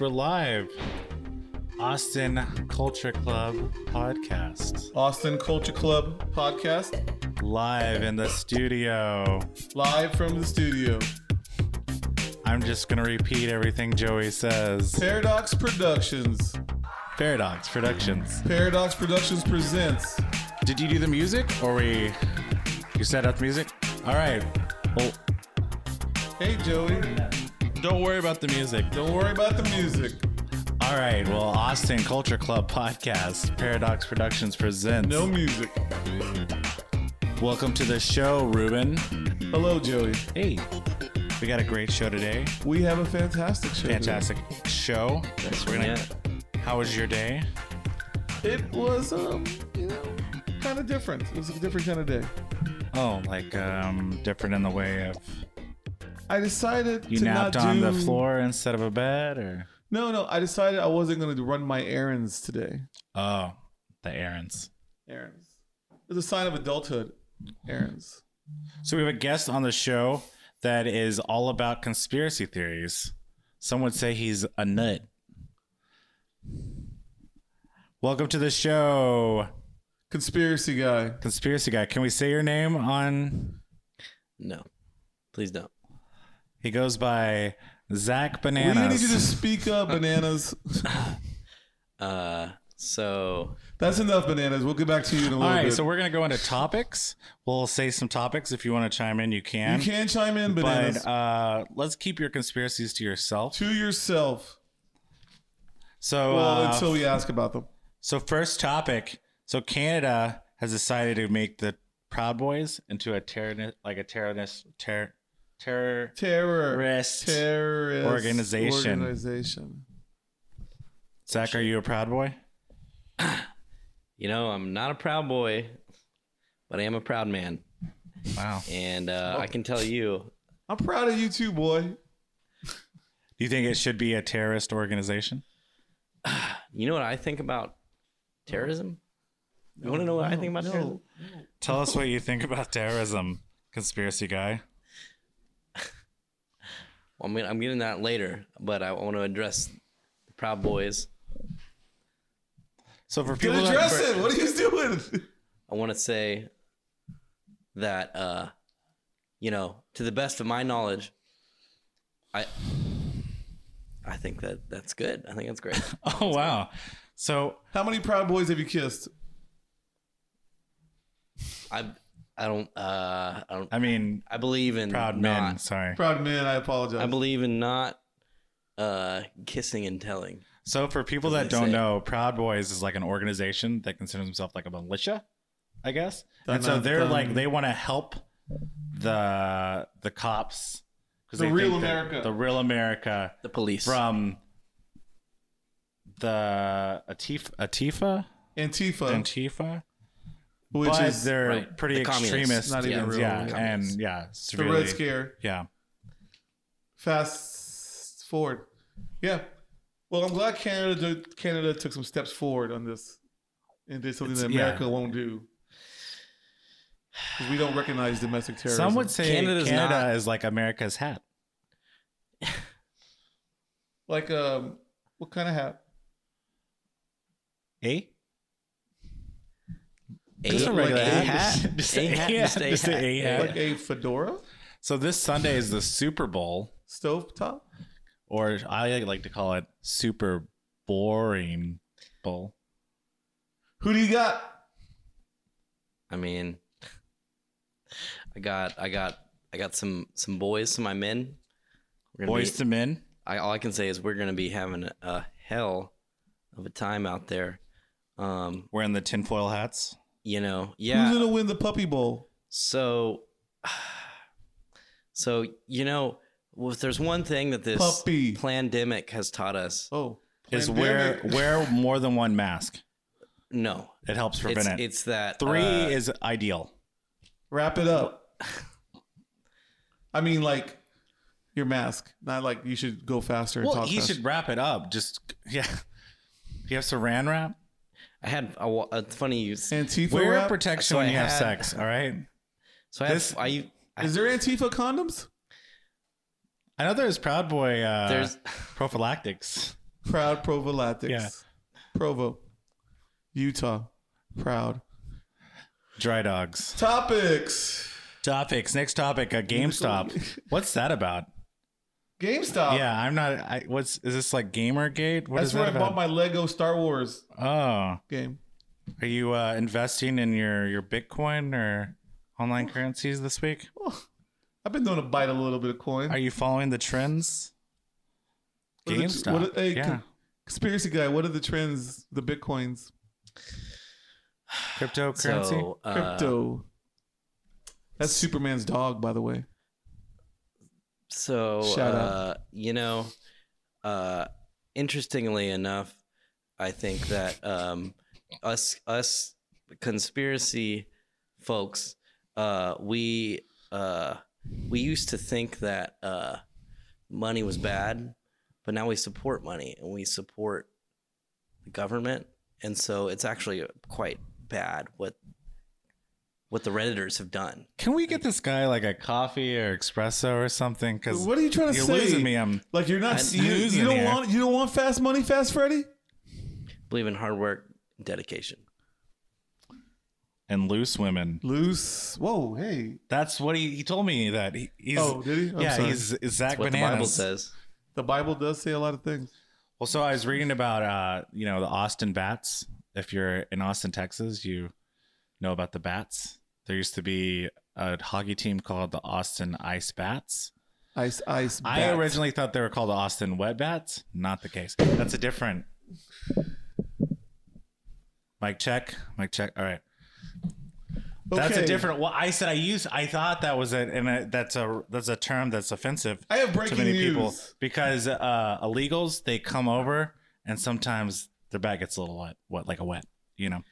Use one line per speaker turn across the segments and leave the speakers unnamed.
We're live. Austin Culture Club podcast.
Austin Culture Club podcast,
Live in the studio.
live from the studio.
I'm just going to repeat everything Joey says.
Paradox Productions.
Paradox Productions.
Paradox Productions presents.
Did you do the music or we. You set up the music? All right. Well,
Hey, Joey,
don't worry about the music.
don't worry about the music.
All right. Well, Austin Culture Club podcast, Paradox Productions presents.
No music.
Welcome to the show, Ruben.
Hello, Joey.
Hey. We got a great show today.
We have a fantastic show. today.
Fantastic show. We're gonna- How was your day?
It was, um, you know, kind of different. It was a different kind of day.
Oh, like um, different in the way of
I decided
you
to
napped
not
on
do...
the floor instead of a bed, or
No, no. I decided I wasn't going to run my errands today.
oh, the errands.
Errands. It's a sign of adulthood. Errands.
So we have a guest on the show that is all about conspiracy theories. Some would say he's a nut. Welcome to the show,
Conspiracy guy.
conspiracy guy. Can we say your name on?
No, please don't.
He goes by Zach
We
Bananas.
need you to speak up, bananas.
Uh, so
That's enough, bananas. We'll get back to you in a little
All right,
bit.
so we're gonna go into topics. We'll say some topics. If you want to chime in, you
you
can.
can chime in, bananas,
but uh, let's keep your conspiracies to yourself.
to yourself.
So,
Well,
uh,
until we ask about them.
so first topic. So Canada has decided to make the Proud Boys into a terrorist, like a terrorist, terror, terror,
Terror,
terrorist.
terrorist
Organization.
Organization.
Zach, are you a Proud Boy?
you know, I'm not a proud boy, but I am a proud man,
Wow.
and uh, I can tell you,
I'm proud of you too, boy.
Do you think it should be a terrorist organization?
you know what I think about terrorism. you want to know what I think about terrorism?
Tell us what you think about terrorism, conspiracy guy.
Well, I'm gonna, I'm getting that later, but I want to address the proud boys.
So for people,
Get
that-
address
for-
it. What are you doing?
I want to say that, uh, you know, to the best of my knowledge, I. I think that that's good. I think that's great.
oh wow. So
How many proud boys have you kissed?
I I don't uh I don't
I mean,
I believe in
proud
not,
men. Sorry.
Proud man, I apologize.
I believe in not uh kissing and telling.
So for people that don't
Doesn't say.
know, Proud Boys is like an organization that considers themselves like a militia, I guess. and so
Dun-dun-dun.
they're like they want to help the the cops because
The real America.
the real America
The police.
from the Atif, Atifa
Antifa,
Antifa,
which
but
is
they're
Uh, right,
pretty
the communists,
extremist,
not even
yeah,
real.
yeah,
the
and
communists.
yeah,
the
severely,
Red Scare.
yeah.
Fast forward. Yeah. Well, I'm glad Canada Canada took some steps forward on this and did something
It's-
that
yeah.
America won't do. 'Cause We don't recognize domestic terrorism.
Some would say
Canada's
Canada
not-
is like America's hat.
like um, what kind of hat?
Eh?
a,
Just a
like
regular
a
hat.
hat.
Just
a
a
hat.
hat,
Just a
just a
hat.
A hat.
Like a fedora,
So this Sunday is the Super Bowl.
stove top.
or I like to call it super boring bowl.
Who do you got?
I mean I got I got I got some some boys, some my men. We're gonna
Boys
be-
to men.
I, all I can say is we're gonna be having a, hell of a time out there. Um,
Wearing the tinfoil hats.
you know, yeah.
Who's gonna win the puppy bowl?
So, so you know, well, if there's one thing that this
Puppy.
pandemic has taught us,
Oh,
Is wear
pandemic.
wear more than one mask.
no,
It helps
it's,
prevent it.
it's that
Three
uh,
is ideal.
wrap it up. I mean, like your mask, not like you should go faster. And
Well,
talk
he
faster.
should wrap it up. Just yeah. You have saran wrap.
I had a, wa- it's funny you. s-
Antifa
Wear
wrap?
protection
So
when
I
you have
had-
sex. All right.
So I had,
this-
I, I
Is there Antifa condoms?
I know there's Proud Boy uh,
there's
prophylactics.
Proud Provo Latics.
Yeah.
Provo, Utah. Proud.
Dry dogs.
Topics.
Topics. Next topic. A GameStop. What's that about?
GameStop.
yeah, I'm not. I, what's is this like GamerGate? What
Uh, That's
is
where I
that
bought
about?
my Lego Star Wars
oh,
game.
are you uh, investing in your your Bitcoin or online currencies this week?
I've been doing a bite a little bit of coin.
Are you following the trends?
What are the-
GameStop.
what are- hey,
yeah,
con- conspiracy guy, what are the trends, the bitcoins,
cryptocurrency.
So, uh,
crypto? That's Superman's dog, by the way.
So,
Shout
uh, you know, uh, interestingly enough, I think that um, us us conspiracy folks, uh, we uh, we used to think that uh, money was bad, but now we support money and we support the government, and so it's actually quite bad what what the redditors have done.
Can we get this guy like a coffee or espresso or something? Because
What are you trying to
you're
say?
losing me. um, I'm
Like you're not
I'm
you, you
losing
don't
here.
want you don't want fast money, fast Freddy?
Believe in hard work, and dedication.
and loose women.
Loose. Whoa, hey.
That's what he, he told me that he, he's.
oh, did he? I'm
yeah,
sorry.
he's is Zach
That's what
Bananas.
the Bible says.
the Bible does say a lot of things.
Well, so I was reading about uh, you know, the Austin bats. If you're in Austin, Texas, you know about the bats. There used to be a hockey team called the Austin Ice Bats.
Ice, ice.
I
bat.
originally thought they were called the Austin Wet Bats. Not the case. That's a different. Mic check. Mic check. All right. That's a
Okay.
different. Well, I said I used. I thought that was it, and I- that's a that's a term that's offensive
I have
to
breaking
many
news.
people because uh, illegals they come over and sometimes their bag gets a little wet, what like a wet, you know.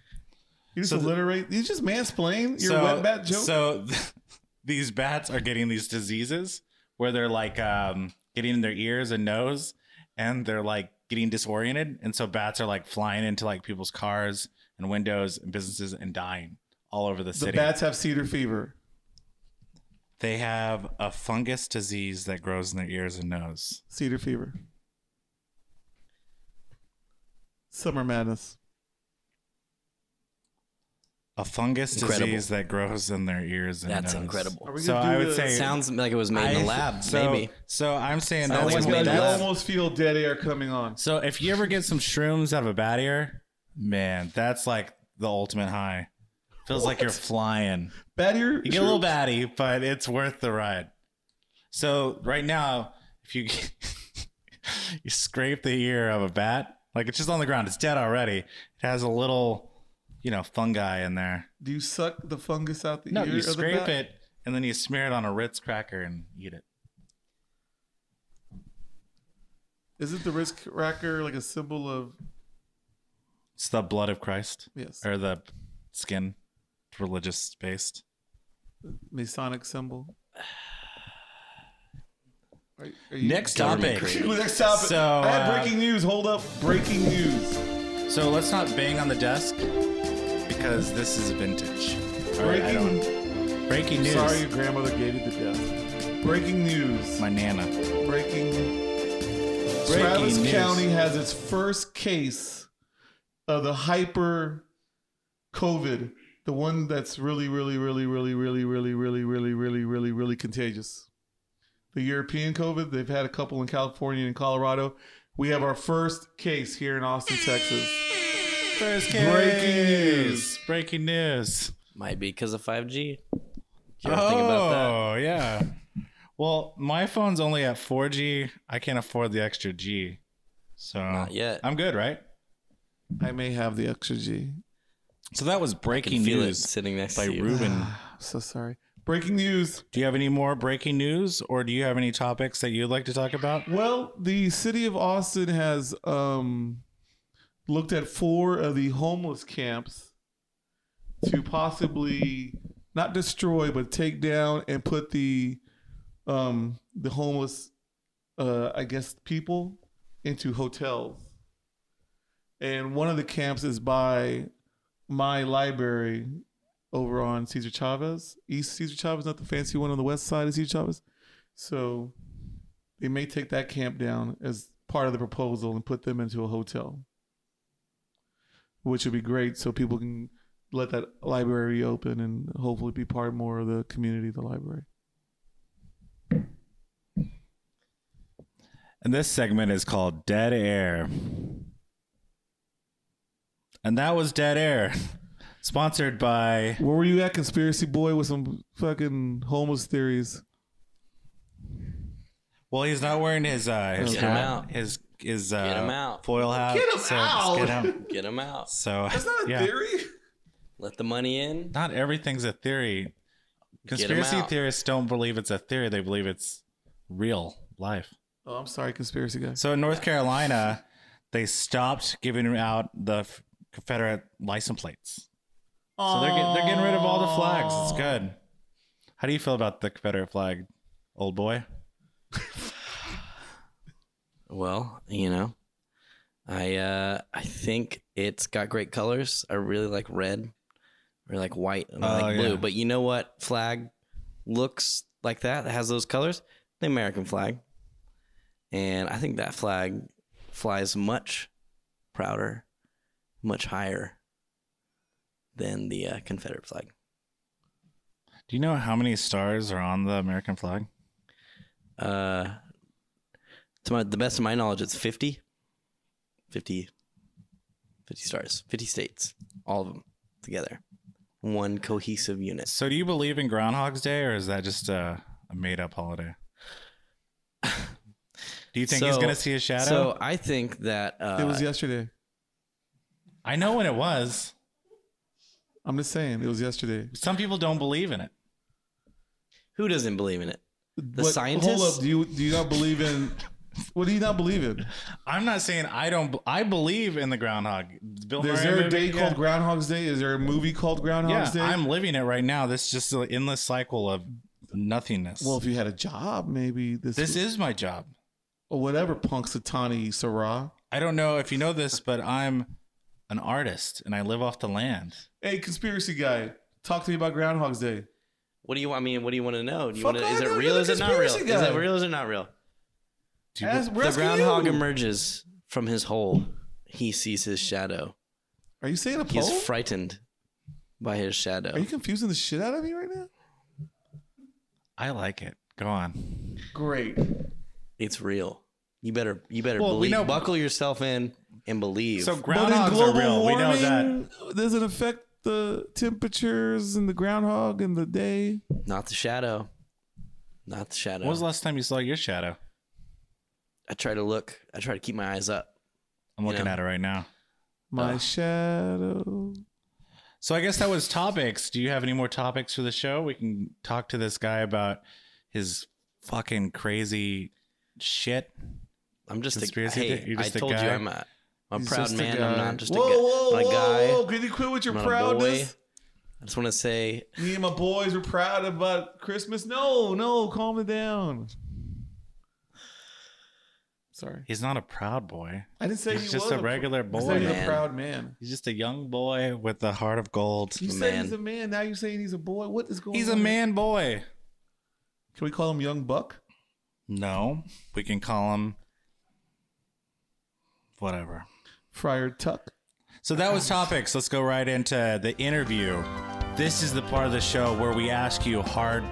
You just
So the-
alliterate. You just mansplain your
so,
wet bat joke.
So these bats are getting these diseases where they're like um, getting in their ears and nose, and they're like getting disoriented, and so bats are like flying into like people's cars and windows and businesses and dying all over the
the
city.
bats have cedar fever.
they have a fungus disease that grows in their ears and nose.
Cedar fever. Summer madness.
A fungus
Incredible.
disease that grows in their ears and
That's
nose.
incredible.
Are we
So
gonna do
I would
the-
say
Sounds like it was made in
I-
the lab,
so,
maybe.
So I'm saying
Sounds
that's what
like it was
made
made in
I
the
that.
lab.
almost feel dead air coming on.
So if you ever get some shrooms out of a bat ear, man, that's like the ultimate high. Feels like you're flying.
Bat ear.
You get a little batty, but it's worth the ride. So right now, if you you scrape the ear of a bat, like it's just on the ground, it's dead already. It has a little, you know, fungi in there.
Do you suck the fungus out the
No,
ear?
you
of the
scrape
bat?
it and then you smear it on a Ritz cracker and eat it.
Is it the wrist cracker like a symbol of
It's the blood of Christ
yes
or the skin, religious based.
Masonic symbol? Are, are you,
Next
Government
topic.
created.
Next topic.
So,
I have
uh,
breaking news. Hold up, breaking news.
So let's not bang on the desk because this is vintage. All right, I
Breaking.
don't- breaking news.
Sorry, your grandmother gave you the death. Breaking news.
My nana.
Breaking.
Breaking
Travis
news.
County has its first case of the hyper COVID, the one that's really, really, really, really, really, really, really, really, really, really, really contagious. The European COVID, they've had a couple in California and Colorado. We have our first case here in Austin, Texas.
First
Breaking news.
Breaking news.
Might be because of 5G. Did you ever think about
Oh, yeah. Well, my phone's only at 4G. I can't afford the extra G. So
that? Not yet.
I'm good, right?
I may have the extra G.
So that was
I
breaking
can feel it
news
sitting next
by
to you.
Ruben.
so sorry. Breaking news.
Do you have any more breaking news or do you have any topics that you'd like to talk about?
Well, the city of Austin has um, looked at four of the homeless camps to possibly not destroy, but take down and put the um, the homeless, uh, I guess, people into hotels. And one of the camps is by my library over on Cesar Chavez, East Cesar Chavez, not the fancy one on the west side of Cesar Chavez. So they may take that camp down as part of the proposal and put them into a hotel, which would be great so people can let that library open and hopefully be part more of the community of the library.
And this segment is called Dead Air. And that was Dead Air, sponsored by.
Where were you at, conspiracy boy, with some fucking homeless theories?
Well, he's not wearing his uh, his
Get 'em
hat,
out.
his his uh,
'em out.
foil hat.
Get 'em
so just Get
out.
him.
Get them out.
So
That's not a
yeah,
theory.
Let the money in.
not everything's a theory.
'em
Conspiracy
out.
theorists don't believe it's a theory; they believe it's real life.
Oh, I'm sorry, conspiracy guys.
So in North Carolina, they stopped giving out the f- Confederate license plates. So they're get, they're getting rid of all the flags. It's good. How do you feel about the Confederate flag, old boy?
Well, you know, I uh I think it's got great colors. I really like red, or like white, and I
Oh,
like blue.
yeah.
But you know what flag looks like that? That has those colors? The American flag. And I think that flag flies much prouder, much higher than the uh, Confederate flag.
Do you know how many stars are on the American flag?
Uh, to my, the best of my knowledge, it's 50, 50, 50 stars, 50 states, all of them together, one cohesive unit.
So, do you believe in Groundhog's Day, or is that just a, a made-up holiday? Do you think he's
So-
going to see a shadow?
So I think that uh,
It was yesterday.
I know when it was.
I'm just saying, it was yesterday.
Some people don't believe in it.
who doesn't believe in it? The
But Hold
scientists?
up. Do you do you not believe in? What do you not believe in?
I'm not saying I don't. I believe in the groundhog. Bill
Is
Murray
there a
movie,
day
yeah.
called Groundhog's Day? Is there a movie called
Yeah,
Groundhog's Day?
I'm living it right now. This is just an endless cycle of nothingness.
well, if you had a job, maybe this,
this is my job.
or whatever Punk Satani Sarah.
I don't know if you know this, but I'm an artist and I live off the land.
Hey, conspiracy guy, talk to me about Groundhog's Day.
What do you want? I mean, what do you want to know? Do you
Fuck,
want to? Is
I
it
know
real?
you're
Is
the
it not real?
conspiracy
Is
guy.
it real? Is it not real?
Do you-
Ask- we're
The
asking
groundhog
you.
emerges from his hole. He sees his shadow.
Are you saying a poll?
He's frightened by his shadow.
Are you confusing the shit out of me right now?
I like it. Go on.
Great.
It's real. You better you better
Well, we
believe.
know-
buckle yourself in and believe.
So
But in
groundhogs are
global
real.
warming,
we know that.
does it affect the temperatures and the groundhog and the day?
Not the shadow. Not the shadow.
When was the last time you saw your shadow?
I try to look. I try to keep my eyes up.
I'm looking
Yeah.
at it right now.
My
Ugh.
shadow.
So I guess that was topics. Do you have any more topics for the show? We can talk to this guy about his fucking crazy shit.
I'm just
Conspiracy
a hey.
theory? You're just
I
a
told
guy?
you I'm a I'm a
He's
proud
just a
man. I'm
guy.
not just
whoa,
a, gu-
whoa,
I'm a
whoa,
guy.
Whoa, can you quit with your
I'm not a
proudness?
I just want to say
Me and my boys were proud about Christmas. No, no, calm it down. Sorry,
He's not a proud boy.
I didn't say
He's
he
just
was
a regular
I said
boy.
he's a
man.
proud man.
He's just a young boy with a heart of gold.
You
A
said
man.
he's a man. Now you're saying he's a boy. What is going?
He's
on
a
here?
man boy.
Can we call him Young Buck?
No, we can call him whatever.
Friar Tuck.
So that was topics. Let's go right into the interview. This is the part of the show where we ask you hard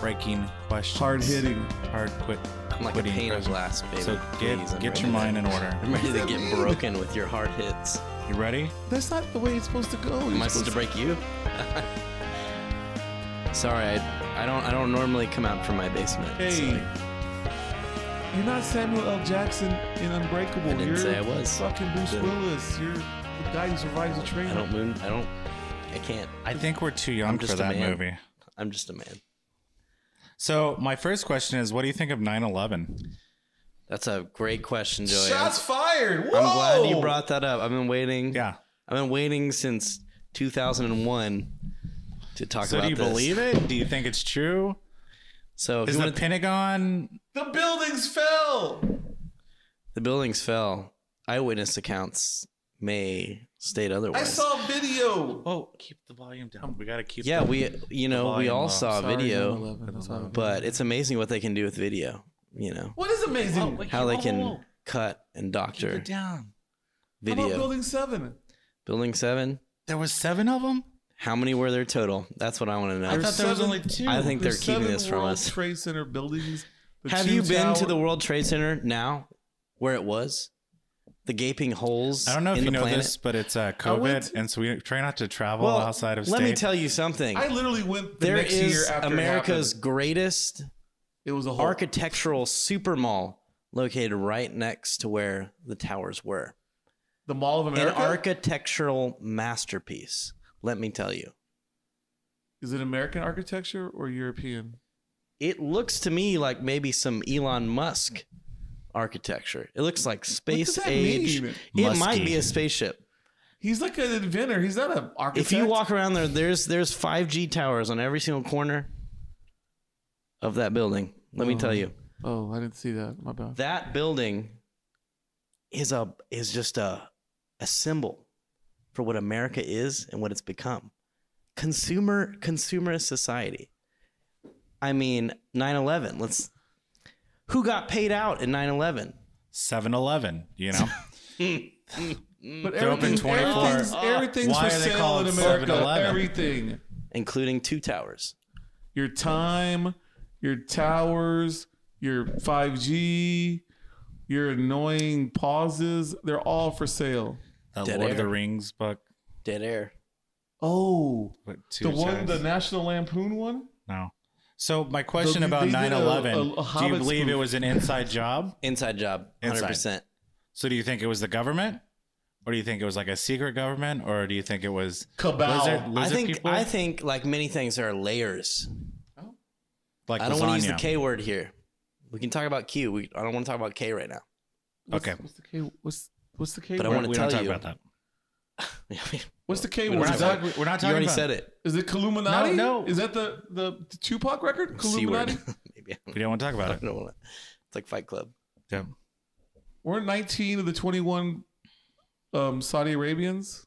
breaking questions.
Hard hitting.
Hard quit.
I'm like a
quitting
pane of
questions.
glass, baby.
So get
Please, I'm
get
ready
your
to-
mind in order.
I'm ready to get broken with your hard hits.
You ready?
That's not the way it's supposed to go. You're
Am I
supposed
supposed to break you? Sorry, I, I don't I don't normally come out from my basement. so
Hey. You're not Samuel L. Jackson in Unbreakable.
I didn't
you're
say I was.
Fucking Bruce
Didn't.
Willis. You're the guy who survives the train.
I don't moon. I don't. I can't.
I think we're too young
I'm
for
just a
that
man.
movie.
I'm just a man.
So my first question is, what do you think of 9/11?
That's a great question, Joey. I'm-
Shots fired.
I'm glad you
Whoa!
brought that up. I've been waiting.
Yeah.
I've been waiting since 2001 to talk
So
about
do you
this.
believe it? Do you think it's true?
So if
Is
you
the
wanna-
Pentagon?
The buildings fell.
the buildings fell. Eyewitness accounts may state otherwise.
I saw video.
Oh, keep the volume down. We gotta keep.
yeah, we you know we
volume
all
low.
saw
Sorry,
video,
9/11, that's not a video.
but it's amazing what they can do with video. You know oh,
what is amazing?
how they can cut and
Keep
doctor
it down.
How
video.
about
Building-,
Building Seven?
seven.
There was seven of them.
How many were there total? That's what I want to know.
I thought there was
seven-
only two.
I think they're
There's
keeping
seven
this from
World
us.
Trade Center buildings. the
Have
two
you been to
tower-
the World Trade Center now, where it was? The gaping holes.
I don't know if
in
you
the
know
planet?
this, but it's uh,
I went
COVID,
to-
and so we try not to travel
Well,
outside of
let
state.
me tell you something.
I literally went the
there
next year
is
after it
America's
happened.
greatest
It was a whole
architectural super mall located right next to where the towers were.
the Mall of America.
An architectural masterpiece, let me tell you.
is it American architecture or European?
It looks to me like maybe some Elon Musk architecture. It looks like space
that
age.
mean?
It might
Musky.
be a spaceship.
He's like an inventor. He's not an architect.
If you walk around there, there's there's 5G towers on every single corner of that building. Let me tell
Oh.
you.
oh, I didn't see that. My bad.
that building is a is just a a symbol for what America is and what it's become. Consumer consumerist society. I mean 9/11, let's who got paid out in 9/11?
7-Eleven, you know.
But
They're open
everything-
24.
Everything's, everything's
Why
for
are they
sale
called
in America.
7-Eleven?
Everything.
including two towers.
Your time, your towers, your 5G, your annoying pauses. They're all for sale.
That
Dead
Lord of the
air.
Rings book.
Dead air.
Oh,
What, two
the one,
sides?
the National Lampoon one.
no. So my question
The-
about
they did a-
9-11,
a- a
do you
Hobbit
believe it
spoof.
was an inside job?
Inside job, 100%.
So do you think it was the government? Or do you think it was like a secret government? Or do you think it was
Cabal.
lizard, lizard
I think
people?
I think like many things there are layers.
like
I don't want to use the
lasagna.
K word here. We can talk about Q. We, I don't want to talk about K right now.
What's-
okay.
What's the K? What's what's the K?
But I
word?
wanna
we don't
tell
talk
you.
about that.
What's the K
We're
word?
not
Is that-
We're not
you
talking
already
about
said it.
Is it Kaluminati?
No, no.
Is that the the Tupac record?
C word.
Kaluminati.
Maybe I
We don't want to talk about it.
don't want to. It's like Fight Club.
Yeah.
We're 19 of the 21 um, Saudi Arabians.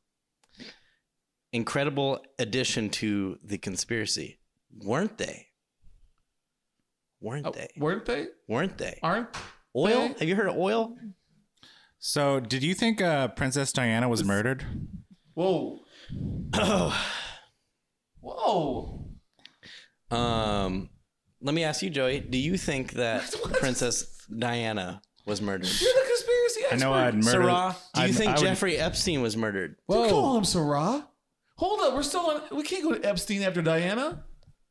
Incredible addition to the conspiracy, weren't they? Weren't
Oh,
Uh,
they?
weren't they?
Weren't they?
Aren't
Oil?
they-
Have you heard of oil?
So did you think uh, Princess Diana was murdered?
whoa
Oh.
whoa?
Um, let me ask you, Joey. Do you think that Princess Diana was murdered?
You're the conspiracy
I
expert.
know I'd murder.
Sarah, do you
I'd-
think
I would-
Jeffrey Epstein was murdered?
Don't call him Sarah. Hold up, we're still on. We can't go to Epstein after Diana.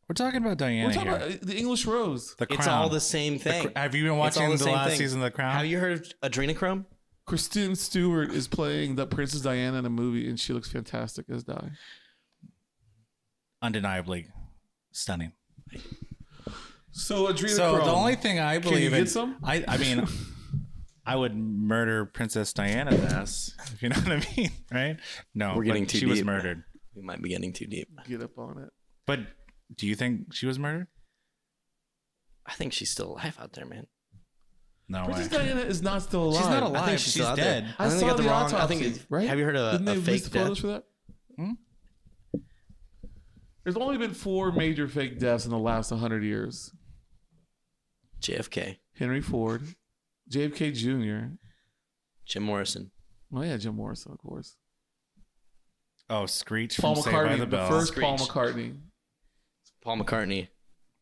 We're talking about Diana
We're talking
here.
about uh, the English Rose,
the
It's all the same
Cr-
thing.
Have you been
It's all
watching the,
same
last
thing.
season of The Crown?
Have you heard of adrenochrome?
Kristen Stewart is playing the Princess Diana in a movie, and she looks fantastic as Di.
Undeniably stunning.
So Adrena.
So the only thing I believe
get
in,
some?
I, I mean, I would murder Princess Diana's ass. If you know what I mean, right? No,
We're getting
but
too
She was
deep.
murdered.
We might be getting too deep.
get up on it.
But do you think she was murdered?
I think she's still alive out there, man.
No way.
Princess Diana is not still alive.
She's not alive.
I think she's,
she's
still out
dead.
There.
I,
I, think they
saw
got the,
the
wrong.
autopsy.
I think. it's-
right?
Have you heard of
Didn't
a,
they
a
release
fake
the photos
death?
for that?
Hmm?
There's only been four major fake deaths in the last 100 years.
JFK,
Henry Ford, JFK Jr.
Jim Morrison.
Oh yeah, Jim Morrison, of course.
Oh, Screech from
Paul
Saved by
McCartney,
the
the,
Bell.
first Paul
Screech.
McCartney.
Paul McCartney.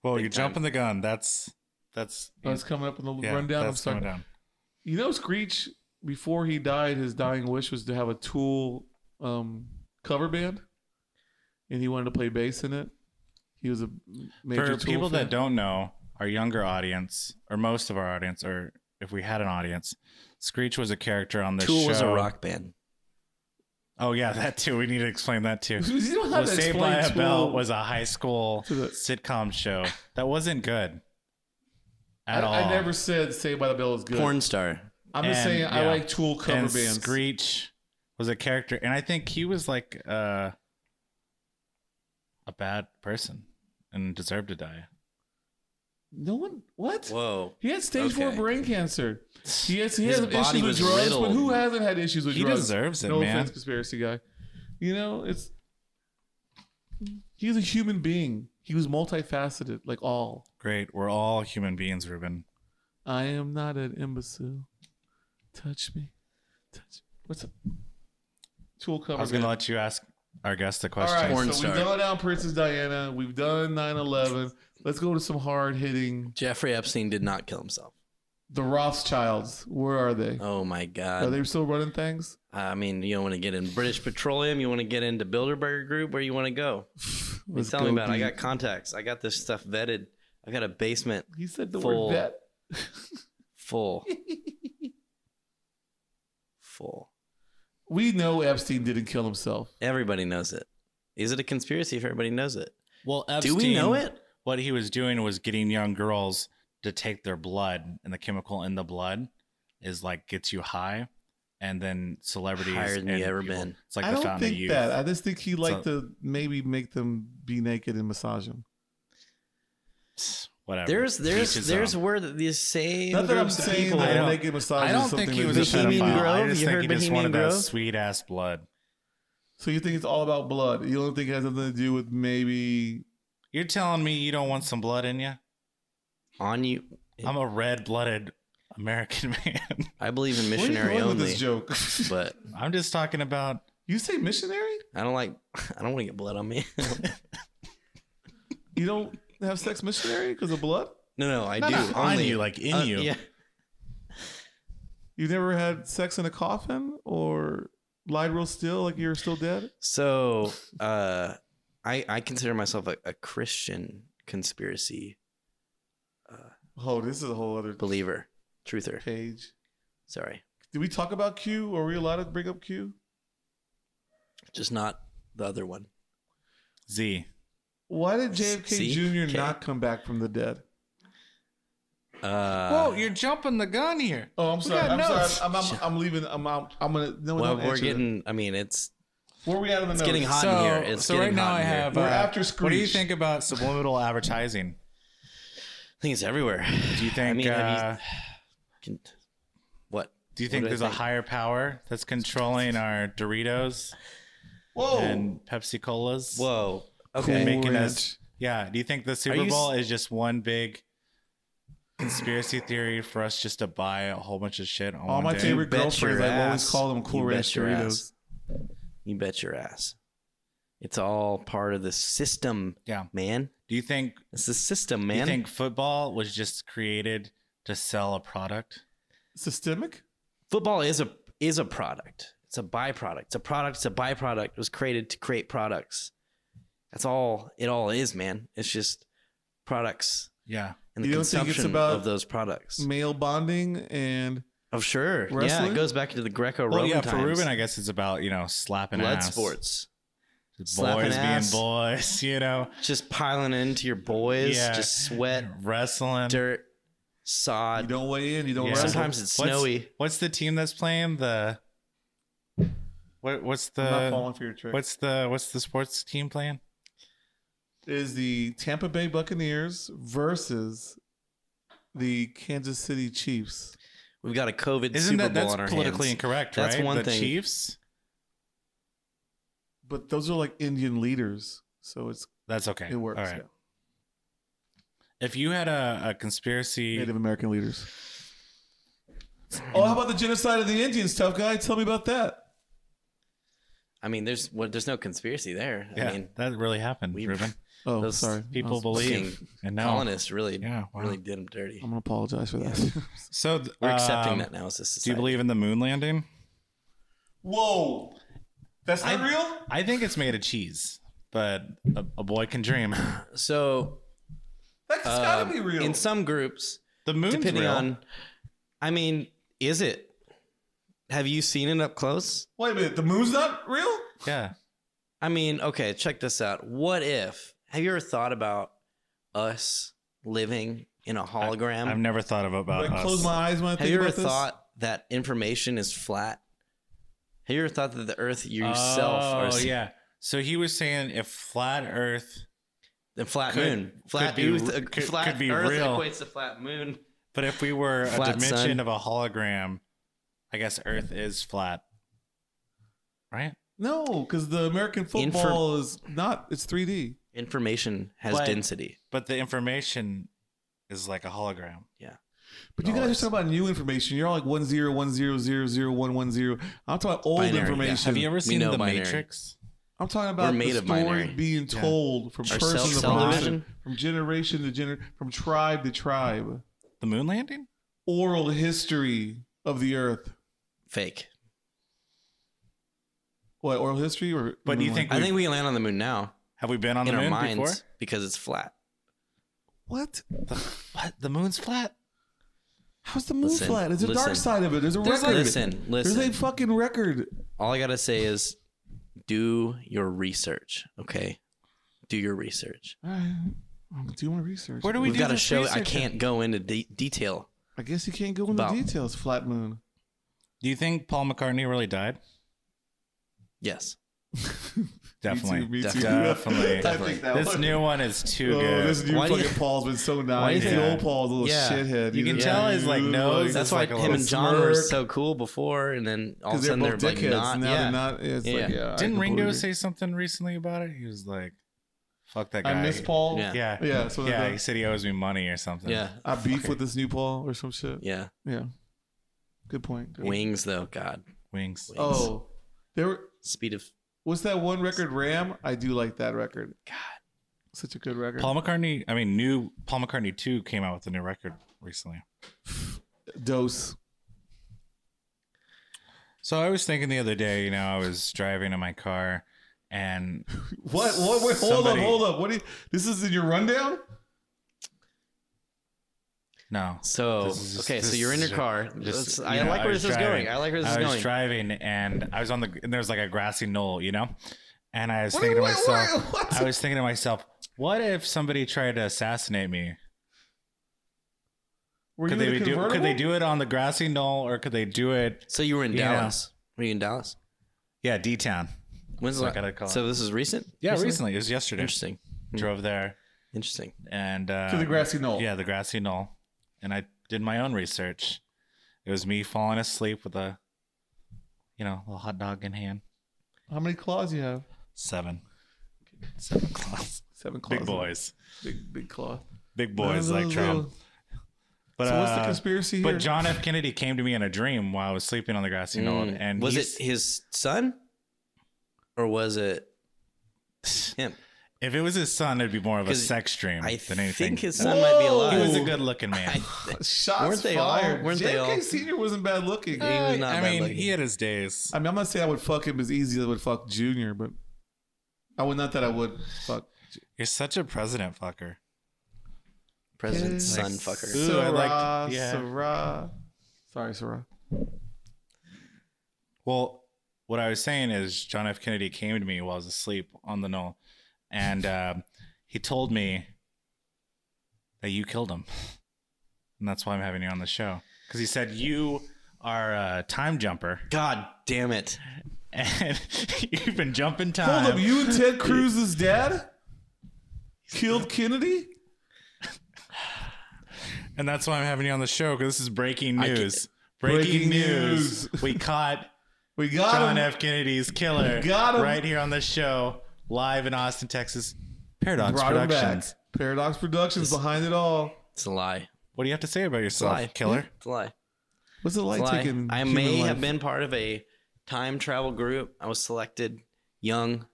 well, you're
big time.
jumping the gun. That's that's
Oh, it's coming up in the
yeah,
rundown. I'm
That's
sorry.
coming down.
You know, Screech before he died, his dying wish was to have a Tool um, cover band, and he wanted to play bass in it. He was a major
For
Tool
people
fan.
that don't know, our younger audience, or most of our audience, or if we had an audience, Screech was a character on this
Tool
show.
was a rock band.
Oh yeah, that too. We need to explain that too.
you don't have
was
to
Saved
explain
by a
Tool.
Bell was a high school
To the-
sitcom show that wasn't good
I,
at all.
I never said Saved by the Bell is good.
Porn star.
I'm just
And,
saying I
yeah.
like Tool cover
and
bands.
Screech was a character, and I think he was like uh, a bad person and deserved to die.
no one. What?
Whoa.
He had stage four
Okay.
brain cancer. He has, he
His
has issues
body
with
was
drugs, but
riddled.
who hasn't had issues with
He
drugs?
deserves it,
no
man.
offense, conspiracy guy. You know, it's he's a human being. He was multifaceted, like all.
Great, we're all human beings, Ruben.
I am not an imbecile. Touch me. Touch me. What's up? Tool cover.
I was going to let you ask our guest the
All
question.
right,
Porn
so
star.
we've done down Princess Diana. We've done 9-11. Let's go to some hard hitting.
Jeffrey Epstein did not kill himself.
The Rothschilds. Where are they?
Oh my
Are
God.
they still running things?
I mean, you want to get in British Petroleum? You want to get into Bilderberg Group? Where you want to go? You
Let's
tell me
go
about it. I
deep.
got contacts. I got this stuff vetted. I got a basement
He said the
full-
word vet.
full. full.
We know Epstein didn't kill himself.
Everybody knows it. Is it a conspiracy if everybody knows it?
Well,
Do we know it?
What he was doing was getting young girls to take their blood, and the chemical in the blood is like gets you high, and then celebrities
Higher than
and
you ever
people-
been.
It's like
I
the
don't
fountain of
think
youth.
that. I just think he liked
So-
to maybe make them be naked and massage them.
Whatever.
There's there's
Each his
there's
own.
word that these same
Not that I'm
groups of
saying
people.
I
that
don't-
naked massage
I
is
don't
something
think he was a
really bad.
pedophile.
Bohemian
I
Grove?
just
You
think
heard
he just
Bohemian
wanted that
Grove?
sweet ass blood.
So you think it's all about blood? You don't think it has something to do with maybe?
You're telling me you don't want some blood in you?
on you.
I'm a red blooded American man.
I believe in
Where are you
missionary
going with
only,
this joke.
but
I'm just talking about
you say missionary?
I don't like. I don't want to get blood on me.
You don't have sex missionary because of blood?
no, no, I
not
do
on
only
you, like in
uh,
you.
Yeah,
You never had sex in a coffin or lied real still, like you're still dead?
So uh, I I consider myself a, a Christian conspiracy
Oh, this is a whole other
believer, truther.
page.
Sorry,
Did we talk about Q? Are we allowed to bring up Q?
just not the other one.
Z.
Why did JFK
See?
Jr.
Okay.
not come back from the dead?
Uh,
Whoa, you're jumping the gun here.
Oh, I'm sorry.
got
I'm sorry.
notes.
I'm, I'm, I'm leaving. I'm out. I'm gonna. Oh, No,
well,
don't
we're
answer that.
getting. I mean, it's
Where are we at on the
it's
notes?
getting hot
so,
in here. It's
so
getting
right now
hot
I
in here.
have.
We're
uh,
after
What do you
Screech.
think about subliminal advertising?
I think it's everywhere.
Do you think?
I mean, have you-
uh,
Can, what?
do you
what
think
do I
there's
think?
a higher power that's controlling our Doritos
Whoa.
and Pepsi Colas?
Oh. Whoa.
and
Okay.
Cool.
making
Ranch.
us. Yeah. Do you think the
you
Super
s-
Bowl is just one big conspiracy theory for us just to buy a whole bunch of shit? On
All
one
my
day?
favorite
bet
girlfriends,
your
I've always
ass.
called them Cool
You
Ranch
bet your
Doritos.
ass. You bet your ass. It's all part of the system,
Yeah.
man.
Do you think?
It's the system,
Do you
man.
think football was just created to sell a product?
Systemic?
Football is a is a product. It's a byproduct. It's a product. It's a byproduct. It was created to create products. That's all it all is, man. It's just products
Yeah.
and the
You don't think it's
consumption
about
of those products.
Male bonding and
Oh, sure. Yeah,
Wrestling?
it goes back to the Greco-Roman
Well, yeah. For
times.
Ruben, I guess it's about you know slapping
blood
ass.
sports. Slapping
boys being
ass.
boys, you know,
Just piling into your boys.
Yeah.
Just sweat,
wrestling.
dirt,
you
sod.
don't weigh in, you don't
Yeah.
wrestle.
Uh, Sometimes it's
What's-
snowy.
What's the team that's playing the? What what's
I'm not falling
the
for your trick.
what's the what's the sports team playing?
is the Tampa Bay Buccaneers versus the Kansas City Chiefs.
We've got a COVID
Isn't
Super
that
Bowl
that's
on our
politically
hands.
incorrect?
That's
right?
one
the
thing.
Chiefs.
But those are like Indian leaders, so it's
That's okay.
it works.
All right. If you had a, a conspiracy,
yeah. Native American leaders. Oh, how about the genocide of the Indians, tough guy? Tell me about that.
I mean, there's well, there's no conspiracy there.
yeah,
I mean,
that really happened,
we-
Ruben.
Oh,
Those
sorry. I
People
was-
believe,
fucking
and now,
colonists really,
yeah, wow.
really did them dirty.
I'm gonna apologize for that.
so th-
We're accepting
um,
that now as a society.
Do you believe in the moon landing?
Whoa, that's not
I-
real.
I think it's made of cheese, but a, a boy can dream.
So
That's
um, in some groups,
The moon's
depending
real.
on, I mean, is it? Have you seen it up close?
Wait a minute, the moon's not real.
yeah.
I mean, okay, check this out. What if? Have you ever thought about us living in a hologram?
I've never thought of about
Like,
us.
close my eyes when I
Have
think
you ever
about this.
thought that information is flat? Have you ever thought that the Earth yourself,
Oh
or
yeah. So he was saying if flat Earth,
the flat
Could-
moon, flat
could be
Earth,
re- could-
flat
could be
Earth
real.
equates to flat moon.
but if we were a
Flat
dimension
sun.
of a hologram, I guess Earth is flat, right?
No, because the American
Infor-
football is not. It's 3D.
Information has
But-
density.
But the information is like a hologram.
But you guys are talking about new information. You're all like one zero one zero zero zero one one zero. I'm talking about old
Binary, yeah.
information.
Have you ever seen
know
The
binary.
Matrix?
I'm talking about
made
the
of
story
binary.
being
Yeah.
told from
Our
person to
self-television?
person, from generation to generation, from tribe to tribe.
The moon landing?
Oral history of the earth.
Fake.
What oral history? Or
But do you think-
I think we can land on the moon now
Have we been on
in
the
our
moon
minds
before?
because it's flat.
what?
What? The moon's flat.
How's the moon
Listen,
flat? There's a dark
listen.
side of it. There's a
There's
record.
like-
of it.
Listen,
There's
listen.
a fucking record.
All I gotta say is, do your research. Okay, do your research.
All right. I'm doing my research.
Where do we
We've
do
got to
this
show. I
research
can't go into de- detail.
I guess you can't go into
About-
details. Flat moon.
Do you think Paul McCartney really died?
Yes.
Definitely.
Me too, me too.
Definitely.
I think that
This
one-
new one is too
Oh,
good.
this new
Why do you-
fucking Paul's been so
do you
nice.
think-
The old Paul's a little
Yeah.
shithead.
You
He
can
was-
tell his, like,
he was
nose
like-
is-
That's
It's
why
like a
him
little
and John were
smirk.
so cool before, and then all of a
Because they're
sudden they're,
both
like
dickheads.
not.
now
yeah.
they're not. It's
Yeah.
like, yeah. I
Didn't
completely
Ringo
agree.
say something recently about it? He was like, fuck that guy.
I miss Paul?
Yeah.
Yeah. Yeah.
Yeah. So
he said he owes me money or something.
yeah.
I beef with this new Paul or some shit.
Yeah.
Yeah. Good point. Good point.
Wings though, God.
Wings.
Wings.
Oh, there were-
Speed of
was that one record, Ram. I do like that record. God, such a good record.
Paul McCartney, I mean, new Paul McCartney 2 came out with a new record recently.
Dose.
So I was thinking the other day, you know, I was driving in my car and
What? What? Wait, hold
Somebody-
up. Hold up. What? Do you, this is in your rundown.
no.
So
This is-
okay, so
this
you're in your
is-
car.
just-
Let's- I
you know,
like
I
where
was
this is
driving.
going. I like where this
I
is
was
going.
driving and I was on the and there was like a grassy knoll, you know? And I was
What-
thinking to
what-
myself
what-
I was thinking to myself, what if somebody tried to assassinate me?
Were
Could
you in
they
a
do could
convertible?
they do it on the grassy knoll or could they do it
so you were in
Yeah.
Dallas. Were you in Dallas?
yeah, D Town.
When's
So I
the
gotta call
So this is recent.
Yeah, recently. It was yesterday.
Interesting.
Drove there
Interesting.
and uh
to the grassy knoll?
Yeah, the grassy knoll. And I did my own research. It was me falling asleep with a, you know, little hot dog in hand.
How many claws you have?
Seven. Seven claws.
Seven claws.
Big boys.
Big big claw.
Big boys
Little-
like Trump.
little-
But,
So what's the
uh,
conspiracy here?
but John F. Kennedy came to me in a dream while I was sleeping on the grassy knoll.
Mm.
And
was
he's-
it his son, or was it him?
if it was his son, it'd be more of a
'Cause
sex dream
I
than anything.
think his son might be
Whoa!
he was
alive.
a good looking man.
I,
Shots
Weren't they all-
fired.
weren't they
JFK
all-
Senior wasn't bad looking.
Uh, was not
I
bad
mean,
looking.
he had his days.
I mean, I'm not saying I would fuck him as easy as I would fuck Junior, but I would not that I would fuck. Ju-
You're such a president fucker.
president's
Yes.
son fucker.
Ooh, I liked-
Sarah,
yeah.
Sarah. Sorry, Sarah.
Well, what I was saying is John F. Kennedy came to me while I was asleep on the knoll, and um he told me that you killed him, and that's why I'm having you on the show because he said you are a time jumper
God damn it!
and you've been jumping time.
Hold up, you and Ted Cruz's dad killed Kennedy.
and that's why I'm having you on the show because this is breaking
I get-
news. Breaking,
Breaking
news. we caught
We got
John
him.
F. Kennedy's killer
Got him.
right here on the show, live in Austin, Texas. Paradox
Brought him back.
Productions.
Paradox Productions behind it all.
It's a lie.
What do you have to say about yourself,
Lie.
killer?
It's a lie.
What's it like
It's a lie.
taking?
I
human
may
life?
have been part of a time travel group. I was selected young,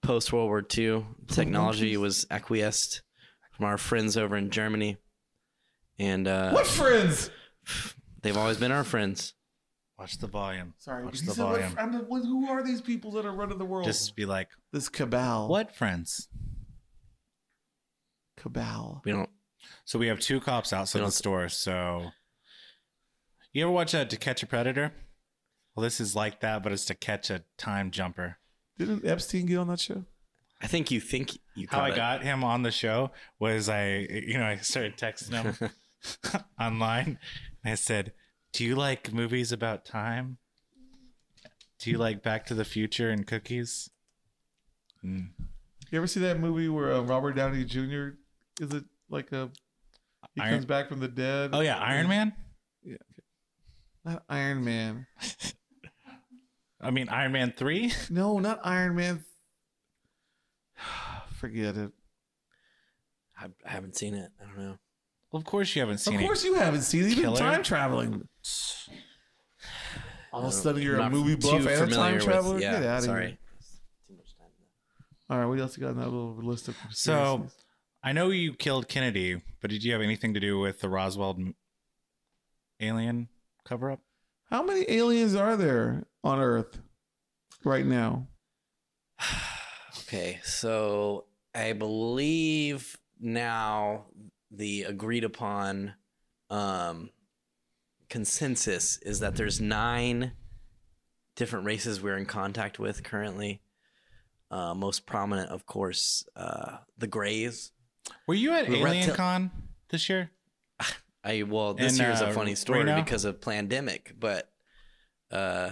post World War II. Technology was acquiesced from our friends over in Germany, and uh,
What friends?
they've always been our friends.
Watch the volume.
Hmm? Sorry,
Watch
he
the
said, what,
volume.
I'm the- what- who are these people that are running the world?
Just be like,
this cabal.
what friends?
cabal?
We don't.
So we have two cops outside
We
the
don't-
store. So you ever watch that To Catch a Predator? Well, this is like that, but it's to catch a time jumper.
Didn't Epstein get on that show?
I think you think you
How
caught
I
it.
got him on the show was I, you know, I started texting him online. And I said, "Do you like movies about time? Do you like Back to the Future and Cookies?"
You ever see that movie where uh, Robert Downey Jr. is it like a he
Iron-
comes back from the dead?
Oh yeah, Iron Man.
Not Iron Man.
I mean, Iron Man three.
No, not Iron Man. Forget it.
I, I haven't seen it. I don't know.
Well, of course you haven't seen
Of
it.
course you haven't seen. it. You've been
Killer.
time traveling. All of a sudden, you're a
Not
movie
too
buff and a
familiar
time
with-
traveler.
Yeah,
Get out of
sorry.
here. All right, what else you got in that little list of
So-
conspiracies?
I know you killed Kennedy, but did you have anything to do with the Roswell m- alien cover up?
how many aliens are there on Earth right now?
Okay, so I believe now the agreed upon um, consensus is that there's nine different races we're in contact with currently. Uh, most prominent, of course, uh, the Greys.
Were you at
We were at
Alien
Til-
Con this year?
I well, this
And,
year's
uh,
a funny story
Reno?
because of pandemic, but uh,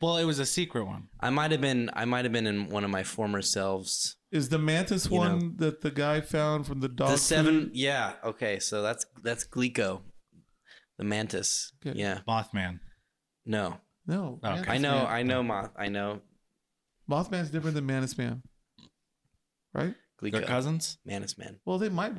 Well, it was a secret one.
I might have been I might have been in one of my former selves.
Is the mantis
You
one that the guy found from the dog?
the
food?
seven, yeah, okay, so that's that's Glico, the mantis.
Good.
Yeah,
Mothman.
no,
No.
Okay.
Mantis
I know,
Man.
I know, moth, I know,
Mothman's different than Mantis Man, right?
They're
Glico,
cousins?
mantis man.
Well, they might.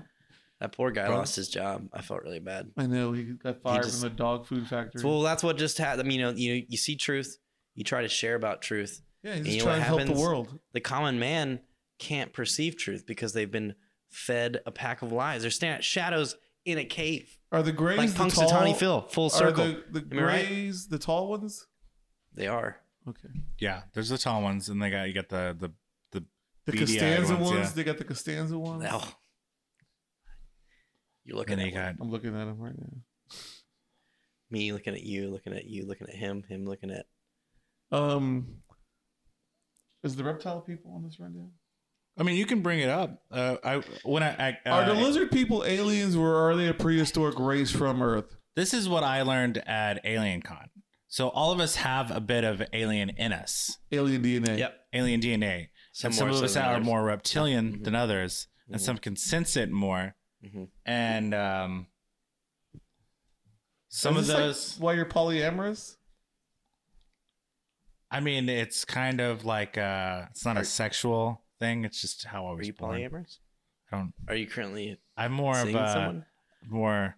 That poor guy
Bro.
lost his job. I felt really bad.
I know he got fired
just-
from the dog food factory.
Well, that's what just happened. I mean, you know, you you see truth, you try to share about truth.
yeah, he's
you
just
know what
trying to help the
happens?
world.
the common man can't perceive truth because they've been fed a pack of lies. They're staring at shadows in a cave,
Are the grays
like
the
Punxsutawney
tall-
Phil, full
Are
circle.
the, the
Am I right?
grays the tall ones?
They are.
Okay.
Yeah, there's the tall ones, and they got you got the the
The
Beady-eyed
Costanza ones.
ones, yeah.
They got the Costanza ones.
Oh. You're looking
and
at
they
one.
got
I'm looking at them right now.
me, looking at you, looking at you, looking at him, him looking at.
Um, is the reptile people on this rundown?
I mean, you can bring it up. Uh, I when I, I uh,
are the lizard people aliens, or are they a prehistoric race from Earth?
this is what I learned at Alien Con. So all of us have a bit of alien in us,
Alien DNA.
alien DNA. and some
more
of
so
us
than
are
others.
more reptilian
Mhm.
than others, and
Mhm.
some can sense it more.
Mhm.
And um, some
Is
of
this, like,
those,
why you're polyamorous?
I mean, it's kind of like uh, it's not
Are-
a sexual thing. It's just how I
Are
was
you
born.
polyamorous?
I don't.
Are you currently
I'm more
seeing
of uh, a
someone?
more.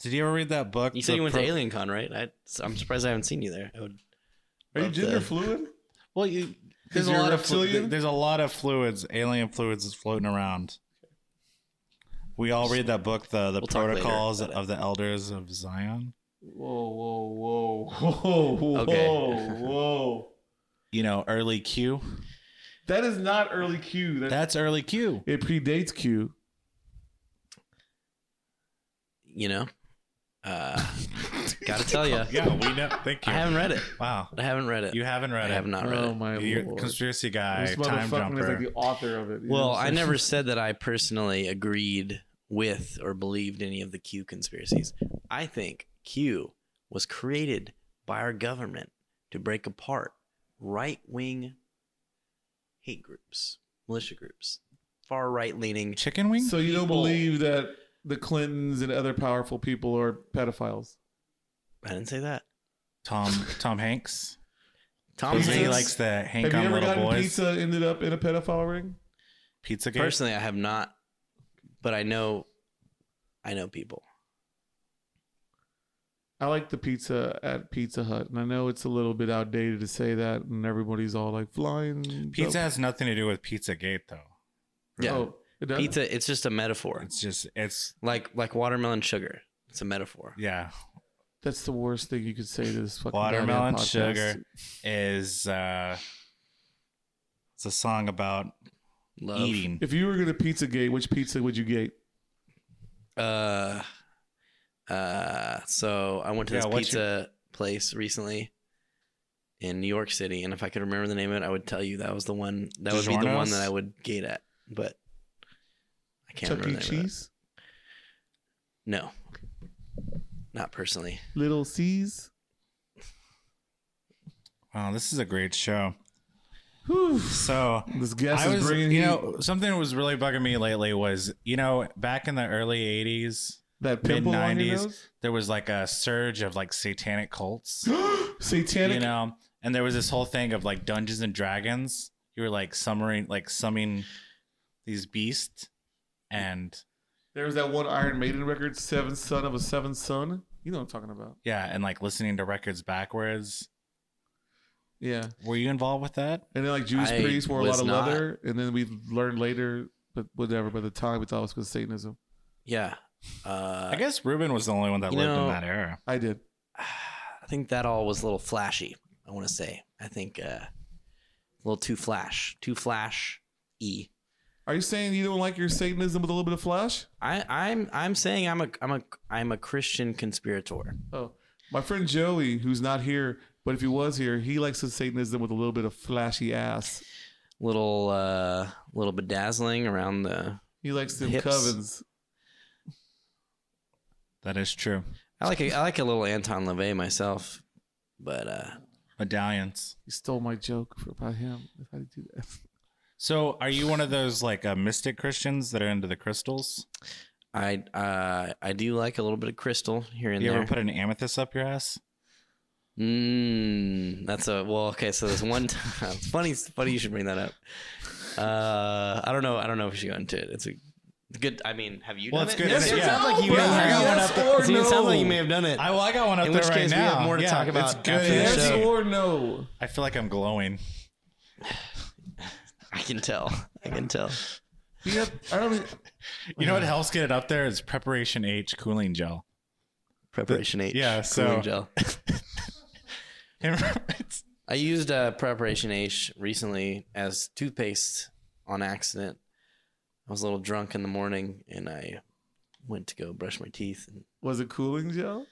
Did you ever read that book?
You said
The
you went
Pro-
to Alien Con, right? I, I'm surprised I haven't seen you there. I would
Are you
love to-
gender fluid?
Well, you, there's a
you're
lot of flu-
reptilian?
there's a lot of fluids, alien fluids, is floating around. We all read that book, the the
We'll talk later
protocols
about it.
of the elders of Zion.
Whoa, whoa, whoa, whoa, whoa,
Okay.
whoa!
You know, early Q.
That is not early Q. That,
That's early Q.
it predates Q.
You know, uh, gotta tell you,
Yeah, we know. Thank
I haven't read it.
Wow,
I haven't read it.
Oh, you haven't read
I
it.
have not read
oh
it.
my
You're
lord!
conspiracy guy,
this
time
motherfucker is
jumper.
like the author of it. you know
Well,
what I'm
I
saying?
never said that I personally agreed with or believed any of the Q conspiracies. I think Q was created by our government to break apart right wing hate groups, militia groups, far right leaning.
Chicken wing.
So you don't
people-
believe that the Clintons and other powerful people are pedophiles?
I didn't say that.
Tom Tom Hanks.
Tom
Because he
Hanks.
likes the Hank
Have
on
you ever
little
gotten
boys.
pizza ended up in a pedophile ring?
Pizza game.
personally, I have not, but I know, I know people.
I like the pizza at Pizza Hut, and I know it's a little bit outdated to say that, and everybody's all like flying
Pizza
Oh,
has nothing to do with Pizza Gate, though.
Yeah.
oh, it does?
Pizza, it's just a metaphor.
It's just it's
Like like watermelon sugar. It's a metaphor.
yeah.
That's the worst thing you could say to this fucking goddamn
Watermelon
podcast.
sugar. is uh it's a song about
Love.
eating.
If you were gonna pizza gate, which pizza would you gate?
Uh, uh. So I went to this
Yeah, what's
pizza
your-
place recently in New York City, and if I could remember the name of it, I would tell you that was the one. That would be the one
DiGiorno's?
that I would gate at, but I can't
Chuck E.
remember the name of it.
Cheese,
No, not personally.
Little C's.
Wow, this is a great show.
Whew.
So
This guest
I
is
was,
bringing
you
heat.
know, something that was really bugging me lately was, you know, back in the early '80s,
that pimple on your
mid-nineties. there was like a surge of like satanic cults,
nose. Satanic.
you know, and there was this whole thing of like Dungeons and Dragons. You were like summering, like summing these beasts, and
There was that one Iron Maiden record, Seven Son of a Seven Son. You know what I'm talking about.
Yeah, and like listening to records backwards.
Yeah.
Were you involved with that?
And then like Judas
I
Priest wore a lot
was
of
not.
leather, and then we learned later, but whatever. By the time we thought it was because Satanism,
Yeah. Uh,
I guess Ruben was the only one that
you
lived
know-
in that era.
I did.
I think that all was a little flashy. I want to say. I think uh, a little too flash, too flash. E.
Are you saying you don't like your Satanism with a little bit of flash?
I, I'm I'm saying I'm a I'm a I'm a Christian conspirator.
Oh, my friend Joey, who's not here, but if he was here, he likes his Satanism with a little bit of flashy ass.
Little uh little bedazzling around the.
He likes them
Hips.
covens.
That is true.
I like a, I like a little Anton Levey myself, but uh
Medallions.
He stole my joke for, about him. How did you do that?
So, are you one of those like uh, mystic Christians that are into the crystals?
I uh I do like a little bit of crystal here and
you
there.
ever put an amethyst up your ass?
Mm, that's a well. Okay, so there's one time. funny, funny. You should bring that up. Uh, I don't know. I don't know if you should go into it. It's a good. I mean, have you
Well,
done
it's
it?
good.
Yes,
Yeah.
It sounds like you.
No,
may have.
I got one up
Yes or
It seems- sounds like you
no?
may have done it.
I, well, I got one up
In
there
which
right
case we
now.
have more to
Yeah,
talk about
it's
after
good.
the
It's
Yes
show.
good.
or no?
I feel like I'm glowing.
I can tell. I can tell.
Yep. I don't.
You know what helps get it up there is preparation H cooling gel.
Preparation H.
yeah,
cooling
so-
gel.
It's-
I used uh, Preparation H recently as toothpaste on accident. I was a little drunk in the morning, and I went to go brush my teeth, and
Was it cooling gel?